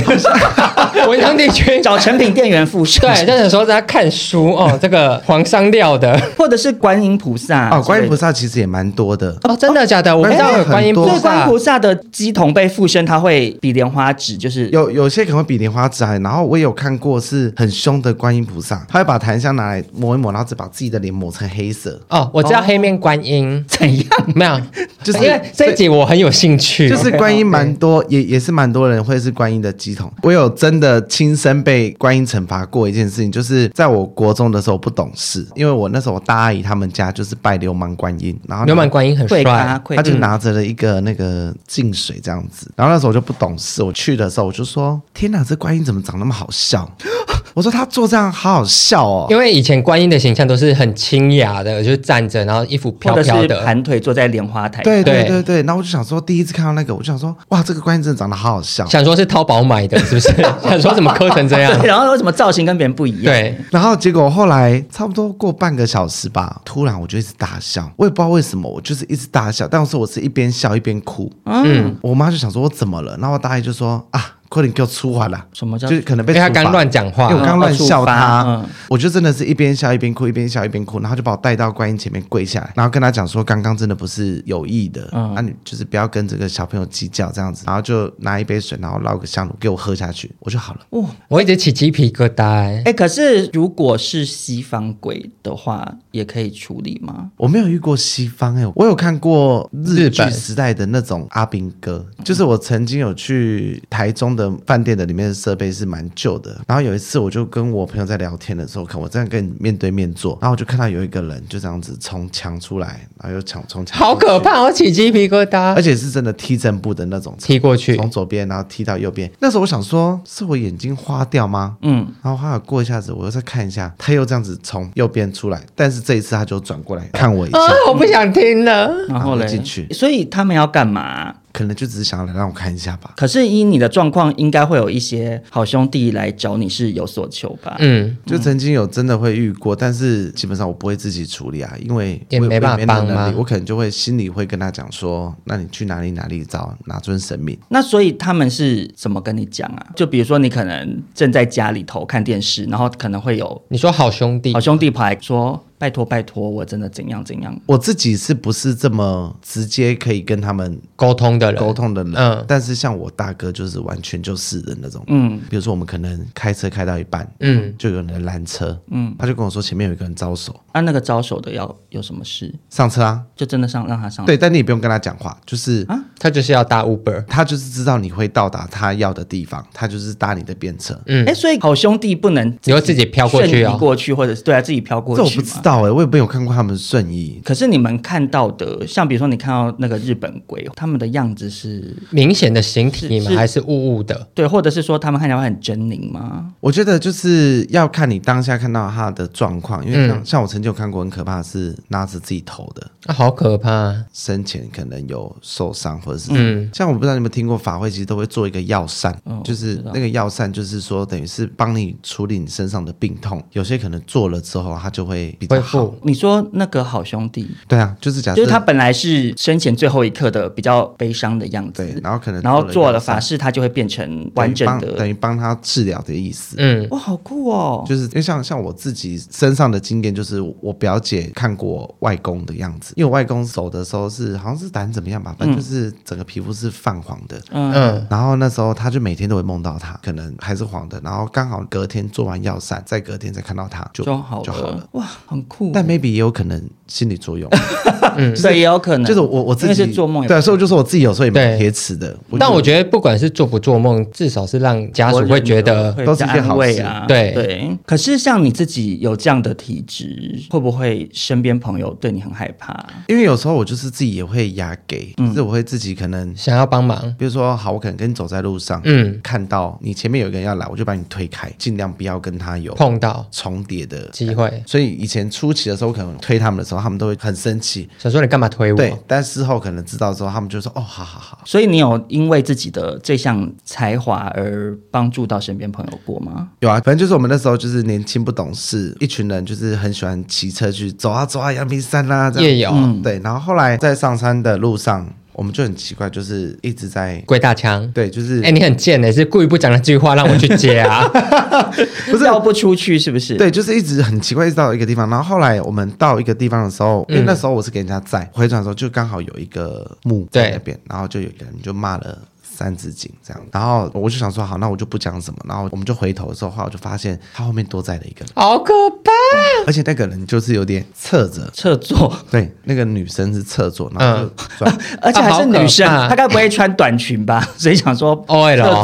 S4: 文昌帝君，
S2: 找成品店员附身，
S4: 对，那时候在看书哦，这个皇上料的。
S2: 或者是观音菩萨
S3: 哦，观音菩
S2: 萨。
S3: 萨其实也蛮多的。
S4: 哦，真的假的？我不知道有观音菩
S2: 哦所以观音
S4: 萨
S2: 菩。萨的鸡童被附身，它会比莲花指，就是
S3: 有有些可能会比莲花指还，然后我也有看过是很凶的观音菩萨，他会把檀香拿来抹一抹，然后再把自己的脸抹成黑色。
S4: 哦，我知道黑面观音、
S2: 怎样？
S4: 没有，
S3: 就是
S4: 因为这一集我很有兴趣，
S3: 就是观音蛮多，也也是蛮多人会是观音的鸡桶。我有真的亲身被观音惩罚过一件事情，就是在我国中的时候不懂事，因为我那时候我大阿姨他们家就是拜流氓观音，然后
S4: 流氓观音很
S2: 会
S4: 帅
S2: 咖，会嗯
S3: 他
S4: 嗯
S3: 就拿着了一个那个净水这样子，然后那时候我就不懂事，我去的时候我就说：“天哪，这观音怎么长那么好笑？” 我说他做这样好好笑哦，
S4: 因为以前观音的形象都是很清雅的，就是站着，然后衣服
S2: 或
S4: 飘
S2: 者
S4: 飘
S2: 是
S4: 的。
S2: 盘腿坐在莲花台。
S3: 对对
S4: 对
S3: 对对，然后我就想说，第一次看到那个，我就想说，哇，这个观音真的长得好好笑。
S4: 想说是淘宝买的，是不 是？想说怎么磕成这样
S2: 对，？啊 然后为什么造型跟别人不一样？，
S4: 对，
S3: 然后结果后来差不多过半个小时吧，突然我就一直大笑，我也不知道为什么，我就是一直大笑。但是我是一边笑一边哭，
S2: 嗯，
S3: 我妈就想说我怎么了，然后我大姨就说啊。快点给我出来啦！
S2: 什么叫
S3: 就是可能被
S4: 因为她
S3: 处罚
S4: 刚乱讲话
S3: 因为我刚乱笑她，
S2: 嗯嗯
S3: 我就真的是一边笑一边哭，一边笑一边哭，然后就把我带到观音前面跪下来，然后跟她讲说刚刚真的不是有意的，
S2: 嗯
S3: 啊你就是不要跟这个小朋友计较这样子，然后就拿一杯水，然后捞个香炉给我喝下去，我就好了。
S4: 我一直起鸡皮疙瘩、欸。
S2: 哎，可是如果是西方鬼的话，也可以处理吗？
S3: 我没有遇过西方哎、我有看过日
S4: 日
S3: 剧
S4: 本
S3: 时代的那种阿兵哥，就是我曾经有去台中的饭店的里面的设备是蛮旧的，然后有一次我就跟我朋友在聊天的时候，可能我这样跟你面对面坐，然后我就看到有一个人就这样子从墙出来，然后又抢从墙，
S4: 好可，怕！我起鸡皮疙瘩
S3: 而，且是真的踢正步的那种，
S4: 踢过去
S3: 从左边然后踢到右边。那时候我想说，是我眼睛花掉吗？
S2: 嗯，
S3: 然后后来过一下子，我又再看一下，他又这样子从右边出来，但是这一次他就转过来看我一下。
S4: 啊，我不想听了。
S2: 然后嘞，
S3: 然后进去
S2: 所以他们要干嘛？
S3: 可能就只是想要来让我看一下吧。
S2: 可是依你的状况，应该会有一些好兄弟来找你是有所求吧？
S4: 嗯，
S3: 就曾经有真的会遇过，但是基本上我不会自己处理啊，因为
S4: 也
S3: 我
S4: 没办法
S3: 我那能力
S4: 帮吗啊
S3: 我可能就会心里会跟他讲说，那你去哪里哪里找哪尊神明？
S2: 那所以他们是怎么跟你讲啊？就比如说你可能正在家里头看电视，然后可能会有
S4: 你说好兄弟
S2: 好，兄弟跑来说：“拜托拜托，我真的怎样怎样。
S3: 我自己是不是这么直接可以跟他们
S4: 沟通的人，
S3: 沟通的人？
S4: 嗯
S3: 但是像我大哥就是完全就是的那种，
S2: 嗯
S3: 比如说我们可能开车开到一半，
S4: 嗯，
S3: 就有人来拦车，
S2: 嗯
S3: 他就跟我说前面有一个人招手，”
S2: 啊那那个招手的要有什么事？
S3: 上车啊，
S2: 就真的上让他上。
S4: 嗯
S3: 对，，但你也不用跟他讲话，就是
S2: 啊
S4: 他就是要搭 Uber。
S3: 他就是知道你会到达他要的地方，他就是搭你的便车。
S2: 哎、所以好兄弟不能
S4: 嗯你要自己飘过去
S2: 瞬
S4: 哦
S2: 移过去或者是对啊，自己飘过去。
S3: 这我不知。道哎、我也没有看过他们瞬移。
S2: 可是你们看到的，像比如说你看到那个日本鬼，他们的样子是
S4: 明显的形体吗？
S2: 是是
S4: 还是雾雾的？
S2: 对，或者是说他们看起来会很狰狞吗？
S3: 我觉得就是要看你当下看到他的状况，因为像、
S4: 嗯
S3: 像我曾经经有看过很可怕，是拉着自己头的，
S4: 啊，好可怕！
S3: 生前可能有受伤或者是嗯，像我不知道你们听过法会，其实都会做一个药膳，
S2: 哦
S3: 就是那个药膳就是说等于是帮你处理你身上的病痛，有些可能做了之后它就会比较
S4: 恢
S3: 好
S4: 复。
S2: 你说那个好兄弟，
S3: 对啊，就是假设
S2: 就是他本来是生前最后一刻的比较悲伤的样子，
S3: 对，然后可能
S2: 然后做了
S3: 药膳
S2: 法事，他就会变成
S3: 等于
S2: 完整
S3: 帮等
S2: 的。
S3: 于帮他治疗的意思。
S4: 嗯，
S2: 哇，好酷哦！
S3: 就是因为像像我自己身上的经验，就是我表姐看过外公的样子，因为我外公走的时候是好像是胆怎么
S2: 嗯
S3: 样吧，反正就是整个皮肤是泛黄的，
S4: 嗯，
S3: 然后那时候他就每天都会梦到他，可能还是黄的，然后刚好隔天做完药膳，再隔天再看到他就
S2: 就好了，
S3: 就好了。
S2: 哇，很酷。
S3: 但 maybe 也有可能心理作用，
S4: 嗯
S2: 所以也有可能，
S3: 就是我我自己
S2: 嗯因为是做梦有
S3: 对，所以我就说我自己有时候也蛮
S4: 对
S3: 铁齿的。
S4: 但我觉得不管是做不做梦，至少是让家属会觉得，
S3: 都是一件好事
S2: 会比较安慰啊。
S4: 对
S2: 对，可是像你自己有这样的体质，会不会身边朋友对你很害怕？
S3: 因为有时候我就是自己也会压给，
S2: 嗯
S3: 就是我会自己可能
S4: 想要帮忙。
S3: 比如说，好，我可能跟你走在路上，
S4: 嗯
S3: 看到你前面有一个人要来，我就把你推开，尽量不要跟他有
S4: 碰到
S3: 重叠的。
S4: 机会，
S3: 所以以前初期的时候，我可能推他们的时候，他们都会很生气，
S4: 想说你干嘛推
S3: 对
S4: 我？。
S3: 但事后可能知道之后，他们就说：“哦，好好好。
S2: 所以你有因为自己的这项才华而帮助到身边朋友过吗”？
S3: 有啊，反正就是我们那时候就是年轻不懂事，一群人就是很喜欢骑车去走啊走啊阳明山啦、啊，这样
S4: 夜游
S3: 对。然后后来在上山的路上，我们就很奇怪，就是一直在
S4: 鬼打墙。
S3: 对，就是、
S4: 哎、你很贱呢、是故意不讲那句话让我去接啊？
S2: 不是要不出去是不是？，
S3: 对，就是一直很奇怪，一直到一个地方。然后后来我们到一个地方的时候，因为那时候我是给人家载，回转的时候就刚好有一个墓在
S4: 对
S3: 那边，然后就有一个人就骂了。三字经这样，然后我就想说好，那我就不讲什么，然后我们就回头的时候，后来我就发现他后面多载了一个人，
S4: 好可怕！
S3: 而且那个人就是有点侧着，
S2: 侧坐，
S3: 对，那个女生是侧坐，然后就 转、
S2: 而且还是女生，
S4: 啊好可怕哦
S2: 她该不会穿短裙吧？ 所以想说
S4: OL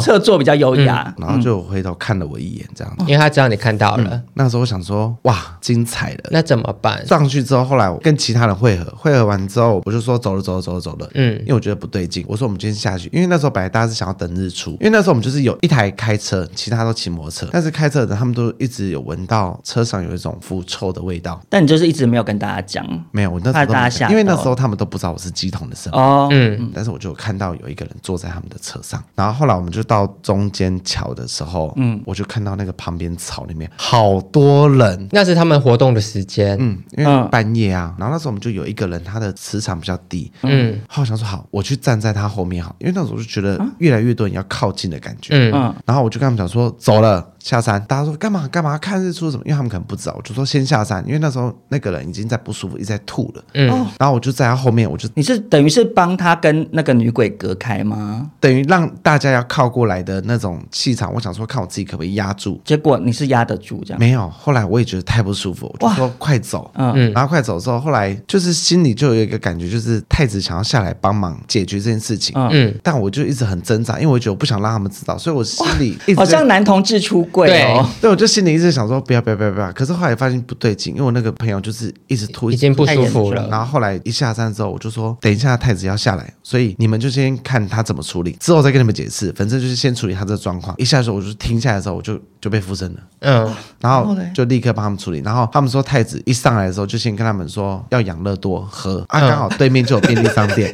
S2: 侧 侧坐比较优
S4: 嗯
S2: 雅。
S3: 然后就回头看了我一眼这样子。
S4: 因为他知道你看到了，
S3: 那时候我想说，哇，精彩了，
S4: 那怎么办？
S3: 上去之后，后来我跟其他人汇合，汇合完之后，我就说走了，走了，走了，走了。
S4: 嗯
S3: 嗯，因为我觉得不对劲，我说我们今天下去，因为那时候本来大家是想要等日出，因为那时候我们就是有一台开车，其他都骑摩托车，但是开车的人他们都一直有闻到车上有一种腐臭的味道。
S2: 但你就是一直没有跟大家讲
S3: 没有，我那时候
S2: 怕
S3: 都
S2: 大家
S3: 没
S2: 吓到
S3: 因为那时候他们都不知道我是鸡桶的身份。
S2: 哦，
S4: 嗯，
S3: 但是我就有看到有一个人坐在他们的车上，然后后来我们就到中间桥的时候，嗯，我就看到那个旁边草里面好多人，
S4: 那是他们活动的时间。
S3: 嗯，因
S2: 嗯
S3: 为半夜啊，然后那时候我们就有一个人，他的磁场比较低，
S4: 嗯啊
S3: 后来我想说好，我去站在他后面好，因为那时候我就觉得越来越多人要靠近的感觉，
S4: 嗯
S2: 嗯
S3: 然后我就跟他们讲说走了下山，大家说干嘛干嘛看日出什么，因为他们可能不知道，我就说先下山，因为那时候那个人已经在不舒服，一直在吐了，
S4: 嗯，
S3: 然后我就在他后面，我就
S2: 你是等于是帮他跟那个女鬼隔开吗？
S3: 等于让大家要靠过来的那种气场，我想说看我自己可不可以压住，
S2: 结果你是压得住这样，
S3: 没有，后来我也觉得太不舒服，我就说快走，
S2: 嗯
S3: 嗯，然后快走之后，后来就是心里就有一个感觉，就是太子想要下来帮忙解决这件事情，
S2: 嗯
S4: 嗯
S3: 但我就一直很挣扎，因为我觉得我不想让他们知道，所以我心 里一直
S2: 好像
S3: 在。
S2: 男同志出柜哦。
S3: 对，我就心里一直想说不要不要不要不要，可是后来发现不对劲，因为我那个朋友就是一直吐，
S4: 已经不
S3: 舒
S4: 舒服
S3: 服了。然
S4: 了。
S3: 后后来一下山之后，我就说等一下太子要下来，所以你们就先看他怎么处理，之后再跟你们解释。反正就是先处理他这个状况。一下的时候我就停下来的时候，我就就被附身了。
S4: 嗯，
S3: 然后就立刻帮他们处理。然后他们说太子一上来的时候，就先跟他们说要养乐多喝啊，
S4: 嗯
S3: 刚好对面就有便利商 店，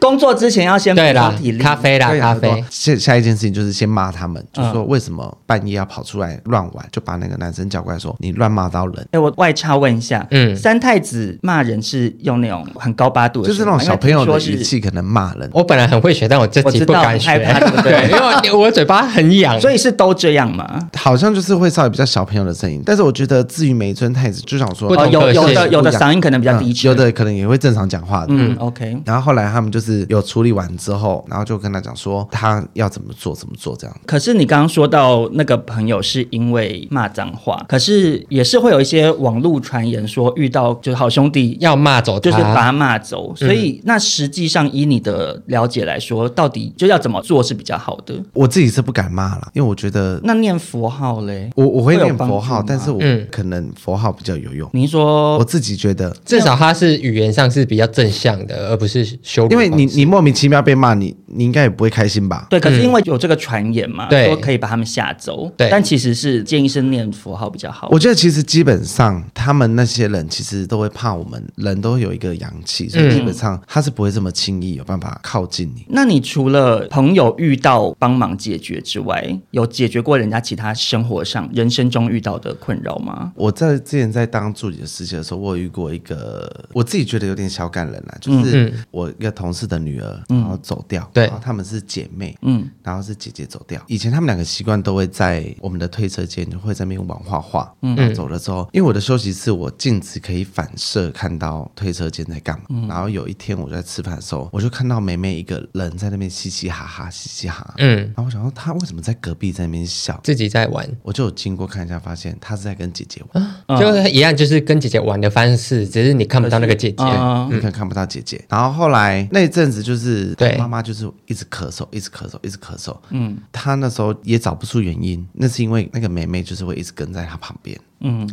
S2: 工作之前要先
S4: 对
S2: 补充
S4: 啦
S2: 体，力，
S4: 咖啡啦，
S3: 要
S2: 啊
S4: 咖
S3: 养乐多
S4: 啡。。
S3: 下下一件事情就是先骂他们，就
S2: 嗯
S3: 说为什么半夜要跑出来乱玩，就把那个男生叫过来说你乱骂到人。
S2: 哎、我外插问一下，嗯，
S4: 嗯
S2: 三太子骂人是用那种很高八度的
S3: 就是
S2: 声
S3: 那
S2: 音吗，
S3: 种小朋友
S2: 因为
S3: 的
S2: 听说
S3: 语
S2: 是
S3: 气，可能骂人。
S4: 我本来很会学，但我这
S2: 我知
S4: 集不
S2: 道
S4: 敢
S2: 很害
S4: 学，
S2: 怕对 不对
S4: 因为我我嘴巴很痒，
S2: 所以是都这样吗？
S3: 好像就是会稍微比较小朋友的声音，但是我觉得至于每尊太子，就想说
S4: 不同
S2: 哦，有
S4: 个
S2: 有
S4: 性
S2: 的有的
S3: 不一样
S2: 嗓音可能比较低
S3: 嗯
S2: 沉、
S3: 有的可能也会正常讲话的。
S2: 嗯，OK，
S3: 然后后来他们就是有处理完之后，然后就跟他讲说他要怎么做怎么做这样。
S2: 可是你刚刚说到那个朋友是因为骂脏话，可是也是会有一些网络传言说遇到就是好兄弟要
S4: 要骂走
S2: 就是把
S4: 他。
S2: 他骂走，所以那实际上以你的了解来说，到底就要怎么做是比较好的？
S3: 我自己是不敢骂了，因为我觉得
S2: 那念佛号嘞？
S3: 我我会
S2: 会有
S3: 念
S2: 帮助
S3: 佛号，
S2: 吗
S3: 但是我
S4: 嗯
S3: 可能佛号比较有用。
S2: 您说
S3: 我自己觉得，
S4: 至少他是语言上是比较正向的，而不是羞辱方式。
S3: 因为你你莫名其妙被骂，你你应该也不会开心吧？嗯
S2: 对，可是因为有这个传言嘛，
S4: 对
S2: 说可以把他们吓走，
S4: 对
S2: 但其实是建议是念佛号比较好。
S3: 我觉得其实基本上他们那些人其实都会怕我们人都有一个阳气，所以基本上他是不会这么轻易有办法靠近你。
S2: 那你除了朋友遇到帮忙解决之外，有解决过人家其他生活上、人生中遇到的困扰吗？
S3: 我在之前在当助理的实习的时候，我有遇过一个我自己觉得有点小感人啦，就是我一个同事的女儿，然后走掉，
S4: 对
S3: 然后她们是姐妹，
S2: 嗯
S3: 嗯，然后是姐姐走掉。以前她们两个习惯都会在我们的推车间就会在那边玩画画，嗯，然后走了之后，因为我的休息室我镜子可以反射看到推车间在干嘛，然后有一天我在吃饭的时候，我就看到梅梅一个人在那边嘻嘻哈哈，嘻嘻哈哈，
S4: 嗯，
S3: 嗯，然后我想说她为什么在隔壁在那边笑？
S4: 自己在玩，
S3: 我就有经过看一下，发现她是在跟姐姐玩。
S2: 嗯
S4: 就是一样，就是跟姐姐玩的方式，只是你看不到那个姐姐。
S2: 啊、
S3: 你可能看不到姐姐。然后后来那一阵子就是，
S4: 对
S3: 妈妈就是一直咳嗽，一直咳嗽，一直咳嗽。嗯，她那时候也找不出原因，那是因为那个妹妹就是会一直跟在她旁边，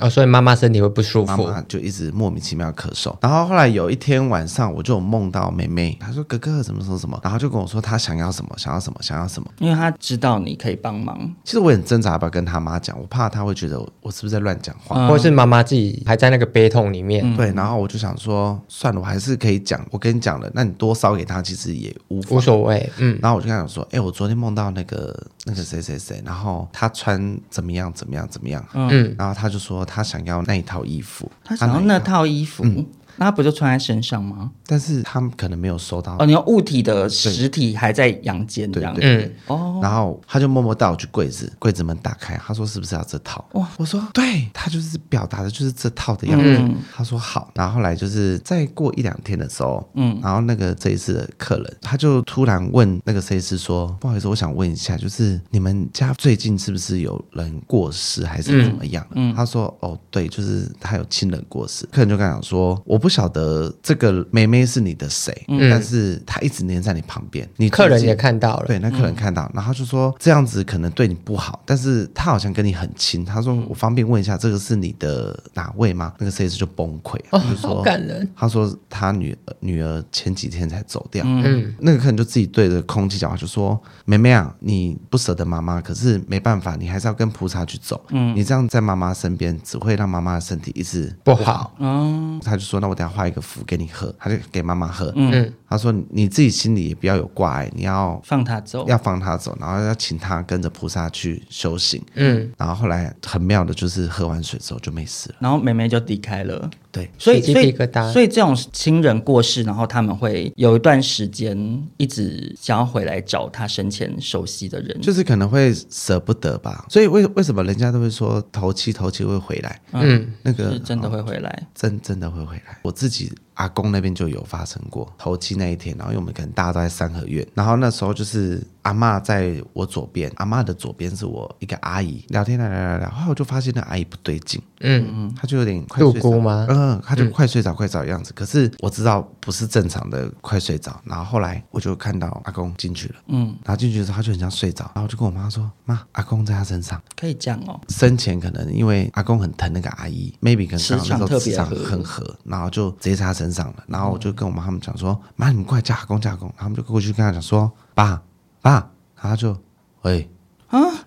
S4: 哦，所以妈妈身体会不舒
S3: 妈
S4: 服。
S3: 妈就一直莫名其妙咳嗽。然后后来有一天晚上，我就有梦到妹妹，她说哥哥什么什么什么，然后就跟我说她想要什么，想要什么，想要什么。
S2: 因为他知道你可以帮忙，
S3: 其实我也很挣扎要不要跟她妈讲，我怕她会觉得我我是不是在乱讲话。
S4: 或
S2: 嗯
S4: 是妈妈自己还在那个悲痛里面，
S3: 对，然后我就想说，算了，我还是可以讲。我跟你讲了，那你多烧给她，其实也无妨
S4: 无所谓，嗯，
S3: 然后我就跟他讲说，哎、我昨天梦到那个那个谁谁谁，然后他穿怎么样怎么样怎么样，嗯，然后他就说他想要那一套衣服，
S2: 他想要
S3: 哪一
S2: 那，套衣服，
S3: 嗯
S2: 那他不就穿在身上吗？
S3: 但是他可能没有收到，
S2: 哦，你要物体的实体还在阳间这
S3: 对
S2: 样。
S3: 对对
S4: 嗯
S2: 哦，
S3: 然后他就默默带我去柜子，柜子门打开，他说是不是要这套？哇，我说对，他就是表达的就是这套的样子。他说好，然后后来就是再过一两天的时候，嗯，然后那个这一次的客人，他就突然问那个设计师说，不好意思，我想问一下，就是你们家最近是不是有人过世还是怎么样？他说哦，对，就是他有亲人过世。客人就跟他讲说，我不晓得这个妹妹是你的谁，但是她一直黏在你旁边，你
S4: 客人
S3: 最近
S4: 也看到了，
S3: 对，那客人看到，然后就说这样子可能对你不好，但是他好像跟你很亲。他
S4: 嗯
S3: 说：“我方便问一下，这个是你的哪位吗？”那个设计师就崩溃，
S4: 哦，
S3: 他
S4: 好
S3: 就说
S4: 感人，：“
S3: 他说他女儿女儿前几天才走掉。”嗯，那个客人就自己对着空气讲话，就说：“妹妹啊，你不舍得妈妈，可是没办法，你还是要跟菩萨去走。嗯，你这样在妈妈身边，只会让妈妈的身体一直
S4: 不好，
S2: 嗯
S4: 嗯
S3: 他就说：“那我等下画一个符给你喝。”他就给妈妈喝。嗯，他说：“你自己心里也不要有挂碍，你要
S2: 放他走。
S3: 要放他走，然后要请他跟着菩萨去修行。嗯，然后后来很妙的就是喝完水之后就没事了。
S2: 然后妹妹就离开了，
S3: 对，
S2: 所以
S4: 起鸡
S2: 所以
S4: 皮疙瘩
S2: 所以这种亲人过世，然后他们会有一段时间一直想要回来找他生前熟悉的人，
S3: 就是可能会舍不得吧。所以为为什么人家都会说头七头七会回来？嗯，那个
S2: 是真的
S3: 哦
S2: 会回来。
S3: 真真的会回来。我自己阿公那边就有发生过头七那一天，然后因为我们可能大家都在三合院，然后那时候就是阿嬷在我左边，阿嬷的左边是我一个阿姨，聊天聊聊聊聊，后来我就发现那阿姨不对劲，
S4: 嗯，
S3: 她就有点快
S4: 度
S3: 睡着
S4: 孤吗
S3: 嗯，她就快睡着快睡着的样子，可是我知道不是正常的快睡着，然后后来我就看到阿公进去了，嗯，然后进去的时候他就很像睡着，然后我就跟我妈说，妈，阿公在她身上。
S2: 可以这样哦，
S3: 生前可能因为阿公很疼那个阿姨，maybe 可能刚好那时候磁场很合，然后就直接在他身上了。然后我就跟我妈他们讲说：“妈，你们快叫阿公叫阿公。”他们就过去跟他讲说：“爸爸。”然后他就
S2: Oh
S3: 喂，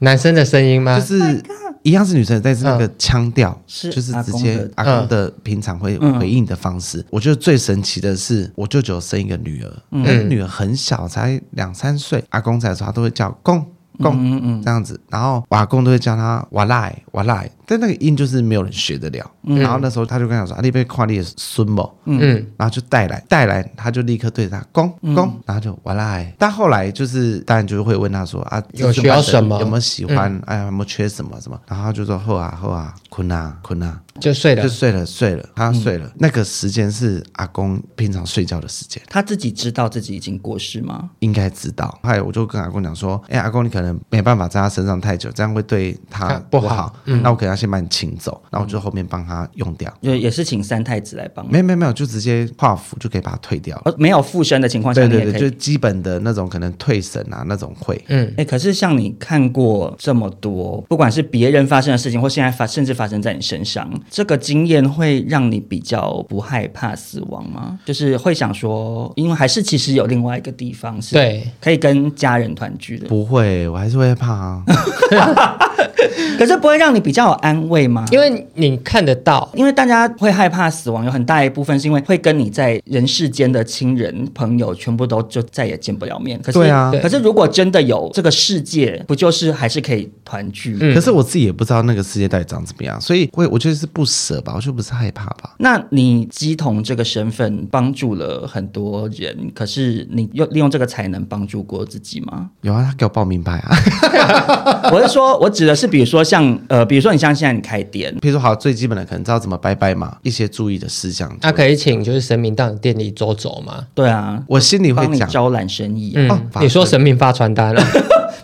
S4: 男生的声音吗？
S3: 就是一样是女生，但是那个腔调
S2: 是
S3: 就是
S2: 阿
S3: 直
S2: 公
S3: 接
S2: 的嗯
S3: 阿公的平常会回应的方式。我觉得最神奇的是，我舅舅生一个女儿，那个女儿很小，才两三岁，阿公在的时候他都会叫公。
S2: 嗯
S3: 公这样子，然后瓦公都会叫他瓦赖瓦赖，但那个音就是没有人学得了。然后那时候他就跟他说：“啊，你被夸你的孙某。”嗯，然后就带来带来，他就立刻对着他公公，然后就瓦赖。但后来就是当然就会问他说：“啊，
S4: 有需要什么
S3: 有没有喜欢？哎呀，有没有缺什么什么？”然后他就说：“后啊后啊，困啊困啊。”
S4: 就睡了
S3: 就，睡了，睡了，他睡了。那个时间是阿公平常睡觉的时间，
S2: 他自己知道自己已经过世吗？
S3: 应该知道。后来我就跟阿公讲说：“哎、阿公，你可能没办法在他身上太久，这样会对他
S4: 他
S3: 不
S4: 不
S3: 好。
S4: 好
S3: 那我可能要先把你请走，然后我就后面帮他用掉。
S2: 就也是请三太子来帮忙，
S3: 没有没有没有，就直接画符就可以把它退掉了。
S2: 呃没有附身的情况下，
S3: 对
S2: 你
S3: 对
S2: 也
S3: 对，
S2: 可
S3: 就
S2: 以。
S3: 基本的那种可能退神啊那种会。
S2: 哎、可是像你看过这么多，不管是别人发生的事情，或现在发，甚至发生在你身上，这个经验会让你比较不害怕死亡吗？就是会想说，因为还是其实有另外一个地方是
S4: 对，
S2: 可以跟家人团聚的。
S3: 不会，我还是会怕啊。
S2: 可是不会让你比较有安慰吗？
S4: 因为你看得到，
S2: 因为大家会害怕死亡，有很大一部分是因为会跟你在人世间的亲人朋友全部都就再也见不了面。可是，
S3: 对啊
S2: 可是如果真的有这个世界，不就是还是可以团聚？
S4: 嗯
S3: 可是我自己也不知道那个世界到底长怎么样，所以会我觉得是不舍吧，我就不是害怕吧。
S2: 那你鸡童这个身份帮助了很多人，可是你又利用这个才能帮助过自己吗？
S3: 有啊，他给我报名牌啊。
S2: 我是说，我指的是，比如说像呃，比如说你像现在你开店，
S3: 譬如说，好最基本的可能知道怎么拜拜嘛，一些注意的事项。
S4: 那、可以请就是神明到你店里走走嘛。
S2: 对啊，
S3: 我心里会
S2: 帮你
S3: 讲，
S2: 招揽生意、啊。
S4: 嗯，
S3: 哦法
S4: 你说
S3: 师
S4: 神明发传单了、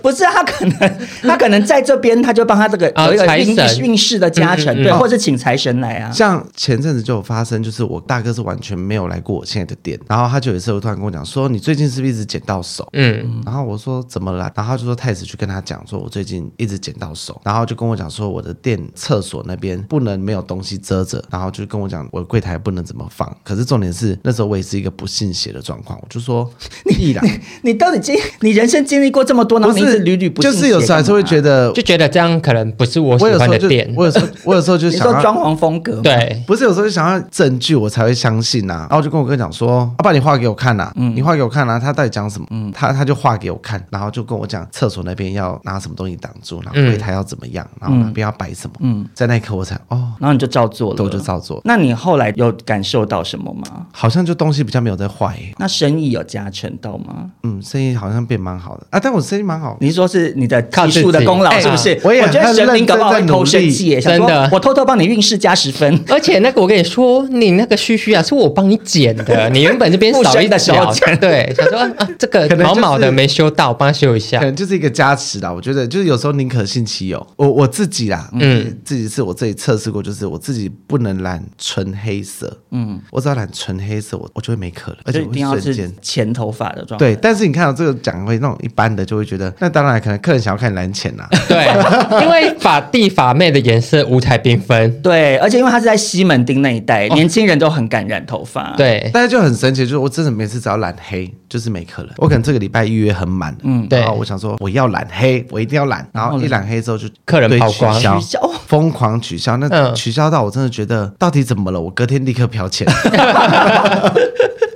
S2: 不是啊他可能他可能在这边，他就帮他这个
S4: 啊
S2: 有一个
S4: 财
S2: 运
S4: 神
S2: 运势的加成，
S4: 嗯嗯嗯
S2: 对，
S3: 哦
S2: 或者请财神来啊。
S3: 像前阵子就有发生，就是我大哥是完全没有来过我现在的店，然后他就有一次突然跟我讲说，你最近是不是一直捡到手？
S4: 嗯，
S3: 然后我说怎么了？然后他就说太子去跟他讲说，我最近一直捡到手，然后就跟我讲说我的店厕所那边不能没有东西遮着，然后就跟我讲我柜台不能怎么放。可是重点是那时候我也是一个不信邪的状况，我就 说你啦，
S2: 你到底经你人生经历过这么多，然后你一直屡屡不
S3: 就
S2: 信
S3: 是有时候还是会觉
S2: 得，
S3: 得
S4: 就，觉得这样可能不是我喜
S3: 我有时
S4: 欢
S3: 候
S4: 的
S3: 就
S4: 店。
S3: 我有时候我有时候就
S2: 你
S3: 想
S2: 说
S3: 要
S2: 装潢风格吗，
S4: 对，
S3: 不是有时候就想要证据我才会相信呐、然后我就跟我哥讲说，要、把你画给我看呐、啊你画给我看呐、他到底讲什么？他他就画给我看，然后就跟我讲厕所那边要拿什么东西挡住，然后柜台要怎么样，然后哪边要摆什么。在那一刻我才哦，
S2: 然后你就照做了，
S3: 对我就。照做，
S2: 那你后来有感受到什么吗？
S3: 好像就东西比较没有在坏、欸，
S2: 那生意有加成到吗？
S3: 嗯，生意好像变蛮好的啊，但我生意蛮好。
S2: 你是说是你的
S4: 靠
S2: 技
S4: 自己
S2: 术的功劳
S4: 哎
S2: 是不是？
S3: 我也
S2: 觉得
S3: 很
S2: 神明
S3: 认
S2: 搞不好
S3: 真
S2: 会
S3: 在
S2: 偷
S3: 努
S2: 生
S3: 力
S2: 气耶，想
S4: 真
S2: 说
S4: 的
S2: 我偷偷帮你运势加十分。
S4: 而且那个我跟你说，你那个须须啊，是我帮你剪 的，你原本这边少一
S2: 不深的
S4: 角
S2: 小剪，
S4: 对，想说啊啊，这个
S3: 可能就
S4: 毛
S3: 是
S4: 毛的没修到，我帮他修一下
S3: 可。能就是一个加持啦，我觉得就是有时候宁可信其有，我我自己啦，嗯，自己是我自己测试过，就是我自己不能染纯黑色，嗯，我只要染纯黑色，我我就会没课了，而且
S2: 就一
S3: 我会
S2: 定要
S3: 瞬
S2: 是
S3: 间。
S2: 前头发的状态。
S3: 对，但是你看到这个讲会那种一般的，就会觉得那当然可能客人想要看蓝浅啦，
S4: 对，因为法弟法妹的颜色五彩缤纷，
S2: 对，而且因为他是在西门町那一带，年轻人都很敢染头发。，
S4: 哦对
S3: 但是就很神奇，就是我真的每次只要染黑就是没客人，我可能这个礼拜预约很满，嗯，
S4: 对
S3: 然后我想说我要染黑，我一定要染，然后一染黑之后就
S4: 客人
S3: 对
S4: 跑光
S3: 取消
S2: 取消哦
S3: 疯狂取消，那
S4: 嗯
S3: 取消到我真的觉得到底怎么了？我隔天立刻飘钱。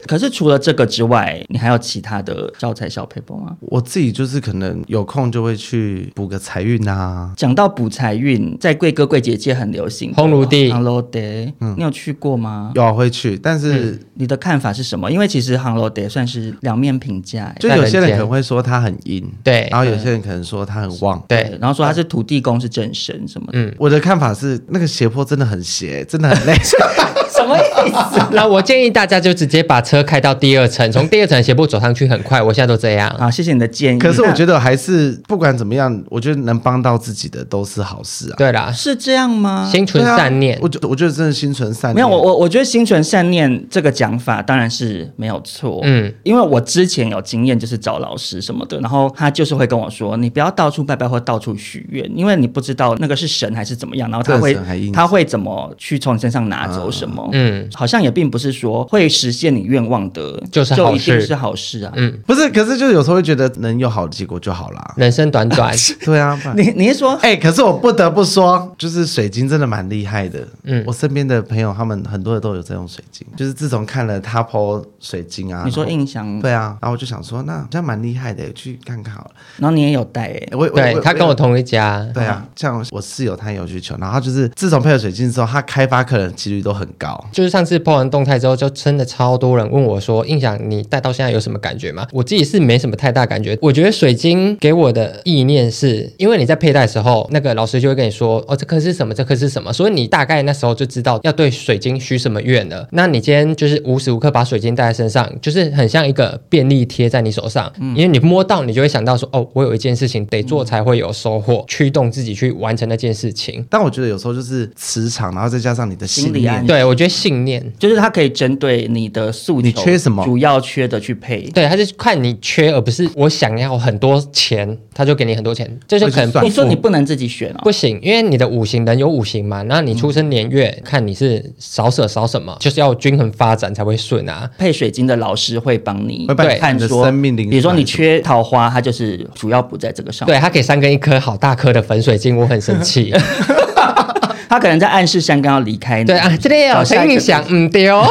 S2: 可是除了这个之外，你还有其他的招财小 paper 吗？
S3: 我自己就是可能有空就会去补个财运啊，
S2: 讲到补财运，在贵哥贵姐界很流行的
S4: 烘炉地
S2: 烘炉地，
S3: 嗯
S2: 你有去过吗？
S3: 有啊会去，但是
S2: 你的看法是什么？因为其实杭楼得算是两面评价，哎
S3: 就有些人可能会说他很阴，
S4: 对
S3: 然后有些人可能说他很旺。
S4: 对，
S2: 然后说他是土地公是正神什么
S4: 嗯
S2: 的，
S3: 我的看法是，那个斜坡真的很斜，真的很累。
S2: 什么意思？
S4: 啊那我建议大家就直接把车开到第二层，从第二层斜坡走上去很快。我现在都这样，
S3: 啊
S2: 好，谢谢你的建议。
S3: 可是我觉
S2: 得
S3: 得还是不管怎么样，我觉得能帮到自己的都是好事啊。
S4: 对啦，
S2: 是这样吗？
S4: 心存
S3: 对啊
S4: 善念
S3: 我。觉我觉得真的心存善念。
S2: 没有，我我我觉得心存善念这个讲法当然是没有错，嗯
S4: 嗯，
S2: 因为我之前有经验，就是找老师什么的，然后他就是会跟我说，你不要到处拜拜或到处许愿，因为你不知道那个是神还是怎么样，然后他会
S3: 这神还应啊
S2: 他会怎么去从你身上拿走什么，嗯
S4: 嗯，
S2: 好像也并不是说会实现你愿望的，
S4: 就是
S2: 就
S4: 好
S2: 一定
S4: 事
S2: 是好事啊，
S3: 不是，可是就是有时候会觉得能有好的结果就好啦。
S4: 人生短 短，
S3: 对啊，不然
S2: 你你是说
S3: 哎、可是我不得不说，就是水晶真的蛮厉害的。嗯，我身边的朋友他们很多人都有在用水晶，就是自从看了他剖水晶啊，
S2: 你说
S3: 然后
S2: 印象，
S3: 对啊，然后我就想说，那好像蛮厉害的，去看看好了。
S2: 然后你也有带哎、
S3: 我我
S4: 对他跟我。
S3: 有
S4: 同一家，
S3: 对啊，像我室友他也有需求，然后他就是自从配了水晶之后，他开发客人的几率都很高。
S4: 就是上次 po 完动态之后，就真的超多人问我说：“印象你戴到现在有什么感觉吗？”我自己是没什么太大感觉。我觉得水晶给我的意念是，因为你在佩戴的时候，那个老师就会跟你说：“哦，这颗是什么？这颗是什么？”所以你大概那时候就知道要对水晶许什么愿了。那你今天就是无时无刻把水晶戴在身上，就是很像一个便利贴在你手上，
S3: 嗯
S4: 因为你摸到你就会想到说：“哦，我有一件事情得做才会有收获，驱动自己去完成那件事情。”
S3: 但我觉得有时候就是磁场，然后再加上你的信
S2: 心理暗
S3: 念
S2: 示，
S4: 对，我觉得信念。
S2: 就是它可以针对你的诉求，
S3: 你缺什么
S2: 主要缺的去配。
S4: 对，他就是看你缺，而不是我想要很多钱，他就给你很多钱，这就可能
S3: 会去算
S4: 不
S2: 你说
S4: 符
S2: 你不能自己选哦
S4: 不，行，因为你的五行人有五行嘛，那你出生年月、看你是少舍少什么，就是要均衡发展才会顺啊。
S2: 配水晶的老师会帮你
S3: 会帮你看
S2: 看
S3: 你的
S2: 说，
S3: 生命灵
S2: 比如说
S3: 感
S2: 你
S3: 什么
S2: 缺桃花，它就是主要不在这个上面。
S4: 对他给三根一颗好大颗的粉水晶，我很生气。
S2: 他可能在暗示山刚要离开你。
S4: 对啊，这里有
S2: 找下
S4: 陈
S2: 一
S4: 印
S2: 个
S4: 想，嗯对哦，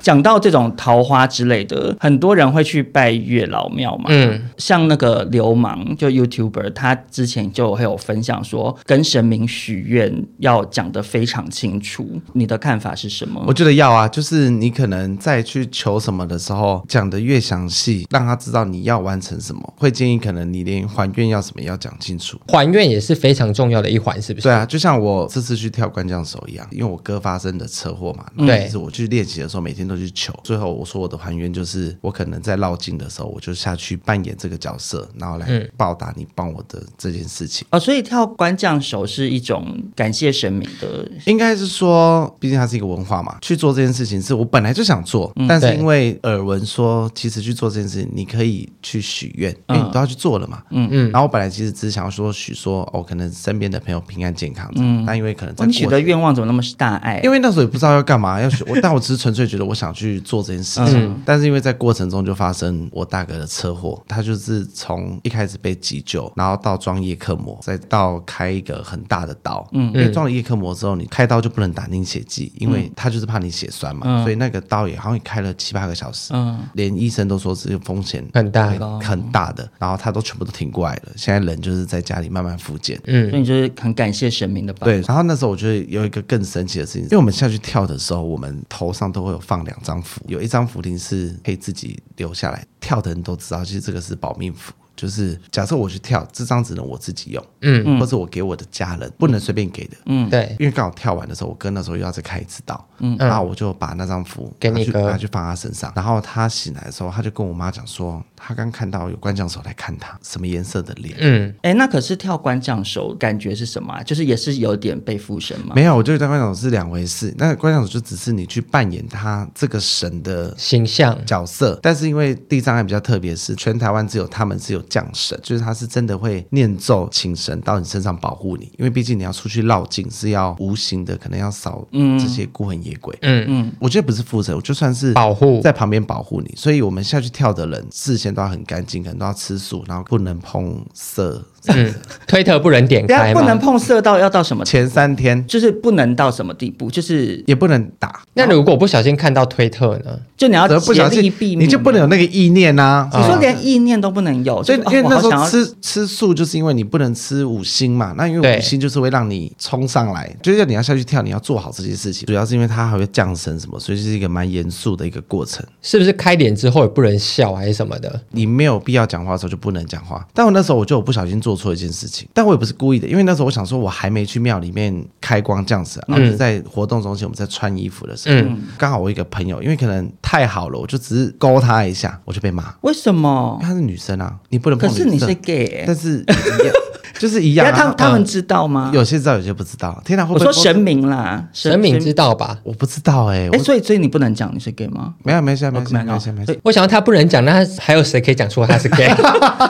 S2: 讲到这种桃花之类的，很多人会去拜月老庙嘛。
S4: 嗯，
S2: 像那个流氓就 YouTuber，他之前就会有分享说，跟神明许愿要讲得非常清楚。你的看法是什么？
S3: 我觉得要啊，就是你可能在去求什么的时候，讲的越详细，让他知道你要完成什么。会建议可能你连还愿要什么也要讲清楚。
S4: 还愿也是非常重要的一环，是不是？
S3: 对啊，就像我这次去跳关将手一样，因为我哥发生的车祸嘛，
S4: 对
S3: 其实我去练习的时候，每天都去求。最后我说我的还原就是，我可能在绕境的时候，我就下去扮演这个角色，然后来报答你帮我的这件事情。
S2: 哦，所以跳关将手是一种感谢神明的，
S3: 应该是说，毕竟它是一个文化嘛，去做这件事情是我本来就想做，但是
S4: 对
S3: 因为耳闻说，其实去做这件事情，你可以去许愿，因为你都要去做了嘛。嗯嗯。然后我本来其实只是想要说许说，哦，可能身边的朋友平安健康，嗯，但因为可能在
S2: 哦你许
S3: 过
S2: 的
S3: 程
S2: 愿望怎么那么大爱？啊
S3: 因为那时候也不知道要干嘛，要学我， 但我只是纯粹觉得我想去做这件事情。但是因为在过程中就发生我大哥的车祸，他就是从一开始被急救，然后到装叶克膜，再到开一个很大的刀。嗯，因为装了叶克膜之后，你开刀就不能打凝血剂，因为他就是怕你血栓嘛，所以那个刀也好像也开了七八个小时，
S2: 嗯
S3: 连医生都说这个风险
S4: 很大
S3: 很大的，然后他都全部都挺过来了，现在人就是在家里慢慢复健。
S2: 所以你就是很感谢神明的吧？
S3: 对，，然后那时候我觉得有一个更神奇的事情，因为我们下去跳的时候，我们头上都会有放两张符，有一张符铃是可以自己留下来，跳的人都知道，其实这个是保命符。就是假设我去跳，这张只能我自己用，嗯，或者我给我的家人，不能随便给的，嗯，
S4: 对，
S3: 因为刚好跳完的时候，我哥那时候又要再开一次刀，嗯，然后我就把那张符
S4: 给你
S3: 拿去
S4: 哥
S3: 拿去放他身上，然后他醒来的时候，他就跟我妈讲说，他刚看到有关将手来看他，什么颜色的脸，
S4: 嗯，
S2: 哎，那可是跳关将手感觉是什么、啊？就是也是有点被附身嘛？
S3: 没有，我觉得当观赏是两回事。那观赏就只是你去扮演他这个神的
S4: 形象
S3: 角色，但是因为地藏还比较特别是，全台湾只有他们是有降神，就是他是真的会念咒请神到你身上保护你，因为毕竟你要出去绕境是要无形的，可能要扫这些孤魂野鬼。嗯嗯，我觉得不是附身，我就算是
S4: 保 护
S3: 在旁边保护你，所以我们下去跳的人事先都要很干净，可能都要吃素，然后不能碰色。
S4: 嗯，推特不能点
S2: 等下
S4: 开
S2: 啊不能
S4: 吗？
S2: 碰色到要到什么？
S3: 前三天
S2: 就是不能到什么地步？就是
S3: 也不能打。
S4: 那如果不小心看到推特呢？
S2: 就你要
S3: 不
S2: 啊竭
S3: 小
S2: 力
S3: 心
S2: 避免，
S3: 你就不能有那个意念呐、
S2: 你说连意念都不能有，
S3: 所以
S2: 就，
S3: 因
S2: 是
S3: 为
S2: 哦
S3: 那时
S2: 我好
S3: 候
S2: 想要
S3: 吃吃素，就是因为你不能吃五星嘛，那因为
S4: 对
S3: 五星就是会让你冲上来，就是你要下去跳，你要做好这些事情。主要是因为它还会降神什么，所以是一个蛮严肃的一个过程。
S4: 是不是开脸之后也不能笑还是什么的？
S3: 你没有必要讲话的时候就不能讲话。但我那时候我就有不小心做错一件事情，但我也不是故意的，因为那时候我想说我还没去庙里面开光这
S2: 嗯
S3: 样子，啊然后就在活动中心我们在穿衣服的时候，刚好我一个朋友，因为可能太好了，我就只是勾她一下，我就被骂。
S2: 为什么？
S3: 她是女生啊，你不能碰
S2: 可
S3: 女
S2: 是
S3: 生。
S2: 你是 gay，欸
S3: 但是一样 就是一样、
S2: 那
S3: 啊。
S2: 他他们
S3: 嗯
S2: 知道吗？
S3: 有些知道，有些不知道。天哪，会
S2: 我
S3: 不会
S2: 说神明啦，
S4: 神明知道吧？
S3: 我不知道哎、
S2: 哎，
S3: 我
S2: 所以哦所以你不能讲你是 gay 吗？
S3: 没有没事没事啊
S2: 没有
S3: 没事没
S2: 所
S3: 事
S2: 以。
S4: 我想要他不能讲，那还有谁可以讲出他是 gay？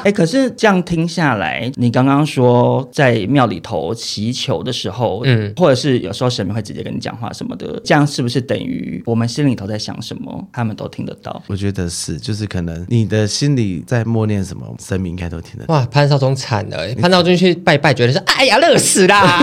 S2: 哎，可是这样听下来，你刚刚说在庙里头祈求的时候，嗯
S4: 嗯，
S2: 或者是有时候神明会直接跟你讲话什么的，这样是不是等于我们心里头在想什么，他们都听得到？
S3: 我觉得是，就是可能你的心里在默念什么，神明应该都 听得到。
S4: 哇，潘少忠惨了欸，潘少忠去拜拜，觉得是哎呀热 死啦，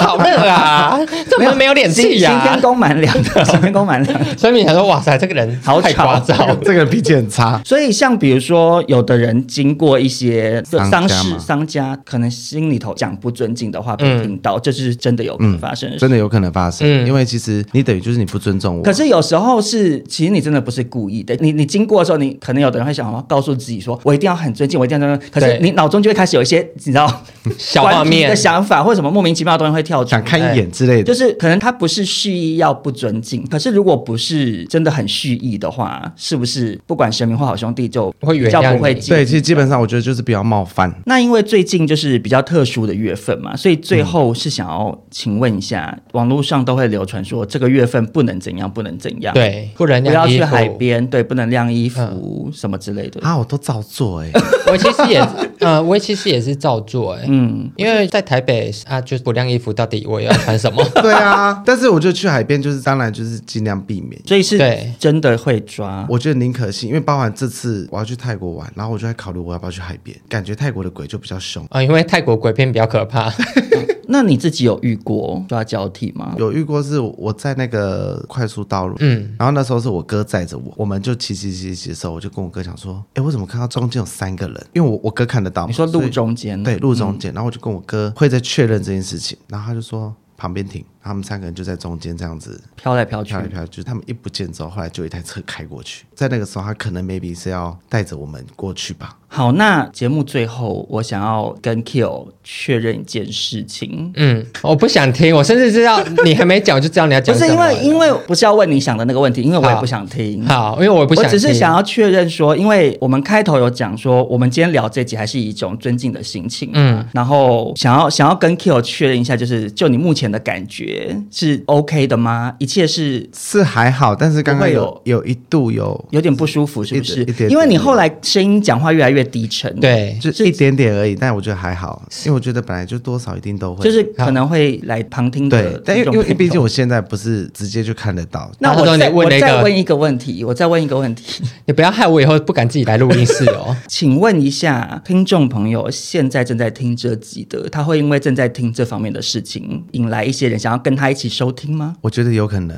S4: 好热啊，怎么没有脸
S2: 心
S4: 气
S2: 心
S4: 呀、
S2: 天宫蛮凉 的，心天宫蛮凉的。
S4: 所以你想说，哇塞，这个人
S2: 好
S4: 太
S2: 吵
S4: 夸张了。
S3: 这个人脾气很差，
S2: 所以，像比如说，有的人经过一些
S3: 丧
S2: 丧
S3: 家
S2: 事、
S3: 嘛
S2: 丧家，可能心里头讲不尊敬的话被听到，这是真的有可能发生的事。
S3: 真的有可能发生，
S4: 嗯
S3: 因为其实你等于就是你不尊重我。
S2: 可是有时候是，其实你真的不是故意的。你你经过的时候，你可能有的人会想要告诉自己说，我一定要很尊敬，我一定要……可是
S4: 对
S2: 你脑中就会开始有一些，你知道，
S4: 小画
S2: 顽皮
S4: 面
S2: 的，想法，或者什么莫名其妙的东西会跳出来，
S3: 想看一眼之类
S2: 哎就
S3: 的。
S2: 是可能他不是蓄意要不尊敬，可是如果不是真的很蓄意的话，是不是不管神明或好兄弟就
S4: 会原
S2: 比较
S4: 谅
S2: 不会
S4: 你
S2: 记
S3: 对，其实基本上我觉得就是不要冒犯。
S2: 那因为最近就是比较特殊的月份嘛，所以最后是想要请问一下，网络上都会流传说这个月份不能怎样，不能怎样，，
S4: 对，不然
S2: 不要去海。边，对，不能晾衣服、什么之类的。
S3: 啊，我都照做哎、
S4: 我其实也，呃，我其实也是照做哎、
S2: 嗯，
S4: 因为在台北啊，就是不晾衣服，到底我要穿什么？
S3: 对啊，但是我就去海边，就是当然就是尽量避免。
S2: 所以是
S4: 对
S2: 真的会抓。
S3: 我觉得宁可信，因为包含这次我要去泰国玩，然后我就在考虑我要不要去海边，感觉泰国的鬼就比较凶。
S4: 啊、因为泰国鬼片比较可怕，
S2: 那你自己有遇过抓交替吗？
S3: 有遇过是我在那个快速道路，
S4: 嗯
S3: 嗯，然后那时候是我哥载着我，我们就骑骑骑骑的时候，我就跟我哥讲说，哎，我怎么看到中间有三个人？因为我我哥看得到嘛，
S2: 你说
S3: 所
S2: 路
S3: 以
S2: 中间，
S3: 哦
S2: 嗯
S3: 对，路中间，然后我就跟我哥会在确认这件事情，然后他就说旁边停，他们三个人就在中间这样子
S2: 飘来飘去
S3: 飘，来飘去，就是他们一不见之后，后来就有一台车开过去，在那个时候他可能 maybe 是要带着我们过去吧，
S2: 好，那节目最后，我想要跟 Kill 确认一件事情，
S4: 嗯，我不想听，我甚至知道你还没讲，我就知道你要
S2: 不
S4: 讲什
S2: 是因
S4: 么了。
S2: 为因为不是要问你想的那个问题，因为我也不想听。
S4: 好，因为我不
S2: 我
S4: 想听，
S2: 只是想要确认说，因为我们开头有讲说，我们今天聊这集还是以一种尊敬的心情，嗯
S4: 嗯，
S2: 然后想要想要跟 Kill 确认一下，就是就你目前的感觉是 OK 的吗？一切是
S3: 是还好，但是刚
S2: 不
S3: 刚
S2: 会
S3: 有有一度有
S2: 有点不舒服，是不是
S3: 一点一？点
S2: 因为你后来声音讲话越来越低沉，，
S4: 对，
S3: 就是一点点而已，但我觉得还好，因为我觉得本来就多少一定都会，
S2: 就是可能会来旁听的
S3: 对，但因
S2: 听
S3: 为
S2: 众
S3: 因为
S2: 朋友
S3: 毕竟我现在不是直接就看得到，
S2: 那
S4: 到时
S2: 我
S4: 候
S2: 再
S4: 你问
S2: 我
S4: 了一个
S2: 再问一个问题，我再问一个问题，
S4: 你不要害我以后不敢自己来录音室哦。
S2: 请问一下听众朋友，现在正在听这集的，他会因为正在听这方面的事情，引来一些人想要跟他一起收听吗？
S3: 我觉得有可 能。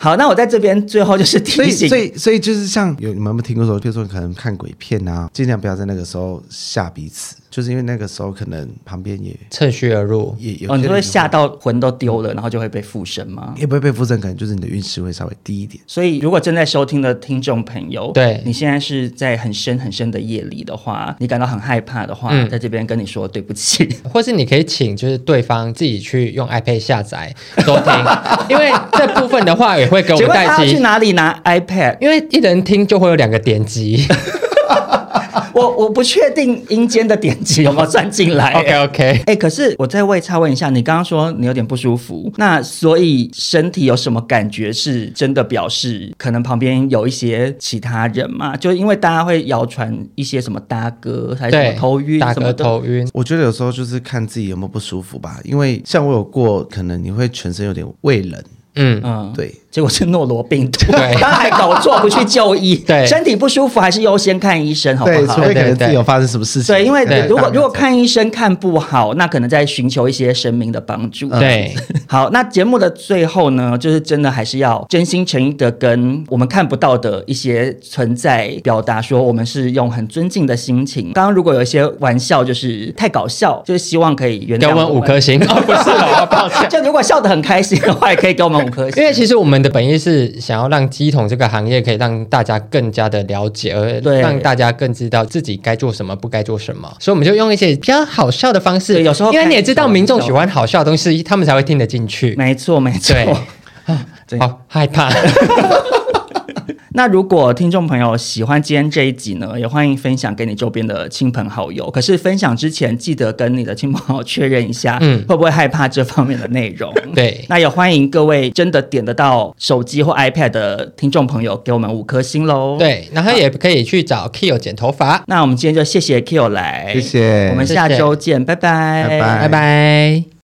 S2: 好，那我在这边最后就是
S3: 所
S2: 提
S3: 以，所
S2: 醒。
S3: 以，所以就是像有你们有没有听过说，比如说你可能看鬼片啊，尽量不要在那个时候吓彼此，就是因为那个时候可能旁边也
S4: 趁虚而入，
S3: 也有些人
S2: 哦，你会
S3: 会
S2: 吓，到魂都丢了，然后就会被附身吗？
S3: 也不会被附身，可能就是你的运势会稍微低一点。
S2: 所以，如果正在收听的听众朋友，
S4: 对
S2: 你现在是在很深很深的夜里的话，你感到很害怕的话，
S4: 嗯
S2: 在这边跟你说对不起。
S4: 或是你可以请就是对方自己去用 iPad 下载收 听，因为这部分的话也会给我
S2: 请问
S4: 们带
S2: 他要去
S4: 机，
S2: 哪里拿 iPad？
S4: 因为一人听就会有两个点击。
S2: 我我不确定阴间的点击有没有算进 来、
S4: OK OK，
S2: 哎、可是我再为差问一下，你刚刚说你有点不舒服，那所以身体有什么感觉是真的表示可能旁边有一些其他人嘛？就因为大家会谣传一些什么搭嗝还是什么
S4: 对，
S2: 头晕
S4: 打
S2: 什么
S4: 嗝
S2: 的。
S4: 头晕，
S3: 我觉得有时候就是看自己有没有不舒服吧，因为像我有过，可能你会全身有点畏冷，
S4: 嗯，
S2: 嗯，
S3: 对，
S2: 结果是诺罗病毒，
S4: 对
S2: 他还搞错不去就医，
S4: 对
S2: 身体不舒服还是优先看医生，好
S3: 对，
S2: 不
S3: 除
S2: 好？
S3: 非可
S4: 对
S3: 能
S4: 对
S3: 自己有发生什么事情。
S2: 对，因为
S3: 可能
S2: 如果
S3: 大家
S2: 如果看医生看不好，那可能在寻求一些神明的帮助。
S4: 对，
S2: 好，那节目的最后呢，就是真的还是要真心诚意的跟我们看不到的一些存在表达，说我们是用很尊敬的心情。刚刚如果有一些玩笑就是太搞笑，就是希望可以原
S4: 给
S2: 谅
S4: 我们五颗。星哦，不是哦，抱歉。
S2: 就如果笑得很开心的话，也可以给我们五颗星。
S4: 因为其实我们的本意是想要让鸡桶这个行业可以让大家更加的了解，而
S2: 对
S4: 让大家更知道自己该做什么，不该做什么。所以我们就用一些比较好笑的方式，
S2: 对有时候
S4: 因为
S2: 看
S4: 你也知道
S2: 小
S4: 民众
S2: 笑
S4: 喜欢好笑的东西，他们才会听得进去。
S2: 没错，没错。
S4: 对啊
S2: 对
S4: 好 害怕，
S2: 那如果听众朋友喜欢今天这一集呢，也欢迎分享给你周边的亲朋好友。可是分享之前，记得跟你的亲朋好友确认一下，
S4: 嗯
S2: 会不会害怕这方面的内容。
S4: 对
S2: 那也欢迎各位真的点得到手机或 iPad 的听众朋友给我们五颗星喽。，
S4: 对，然后也可以去找 Kio 剪头发，
S2: 那我们今天就谢谢 Q 来，
S3: 谢谢
S2: 我们下周见，拜拜，
S3: 拜拜
S4: 拜拜。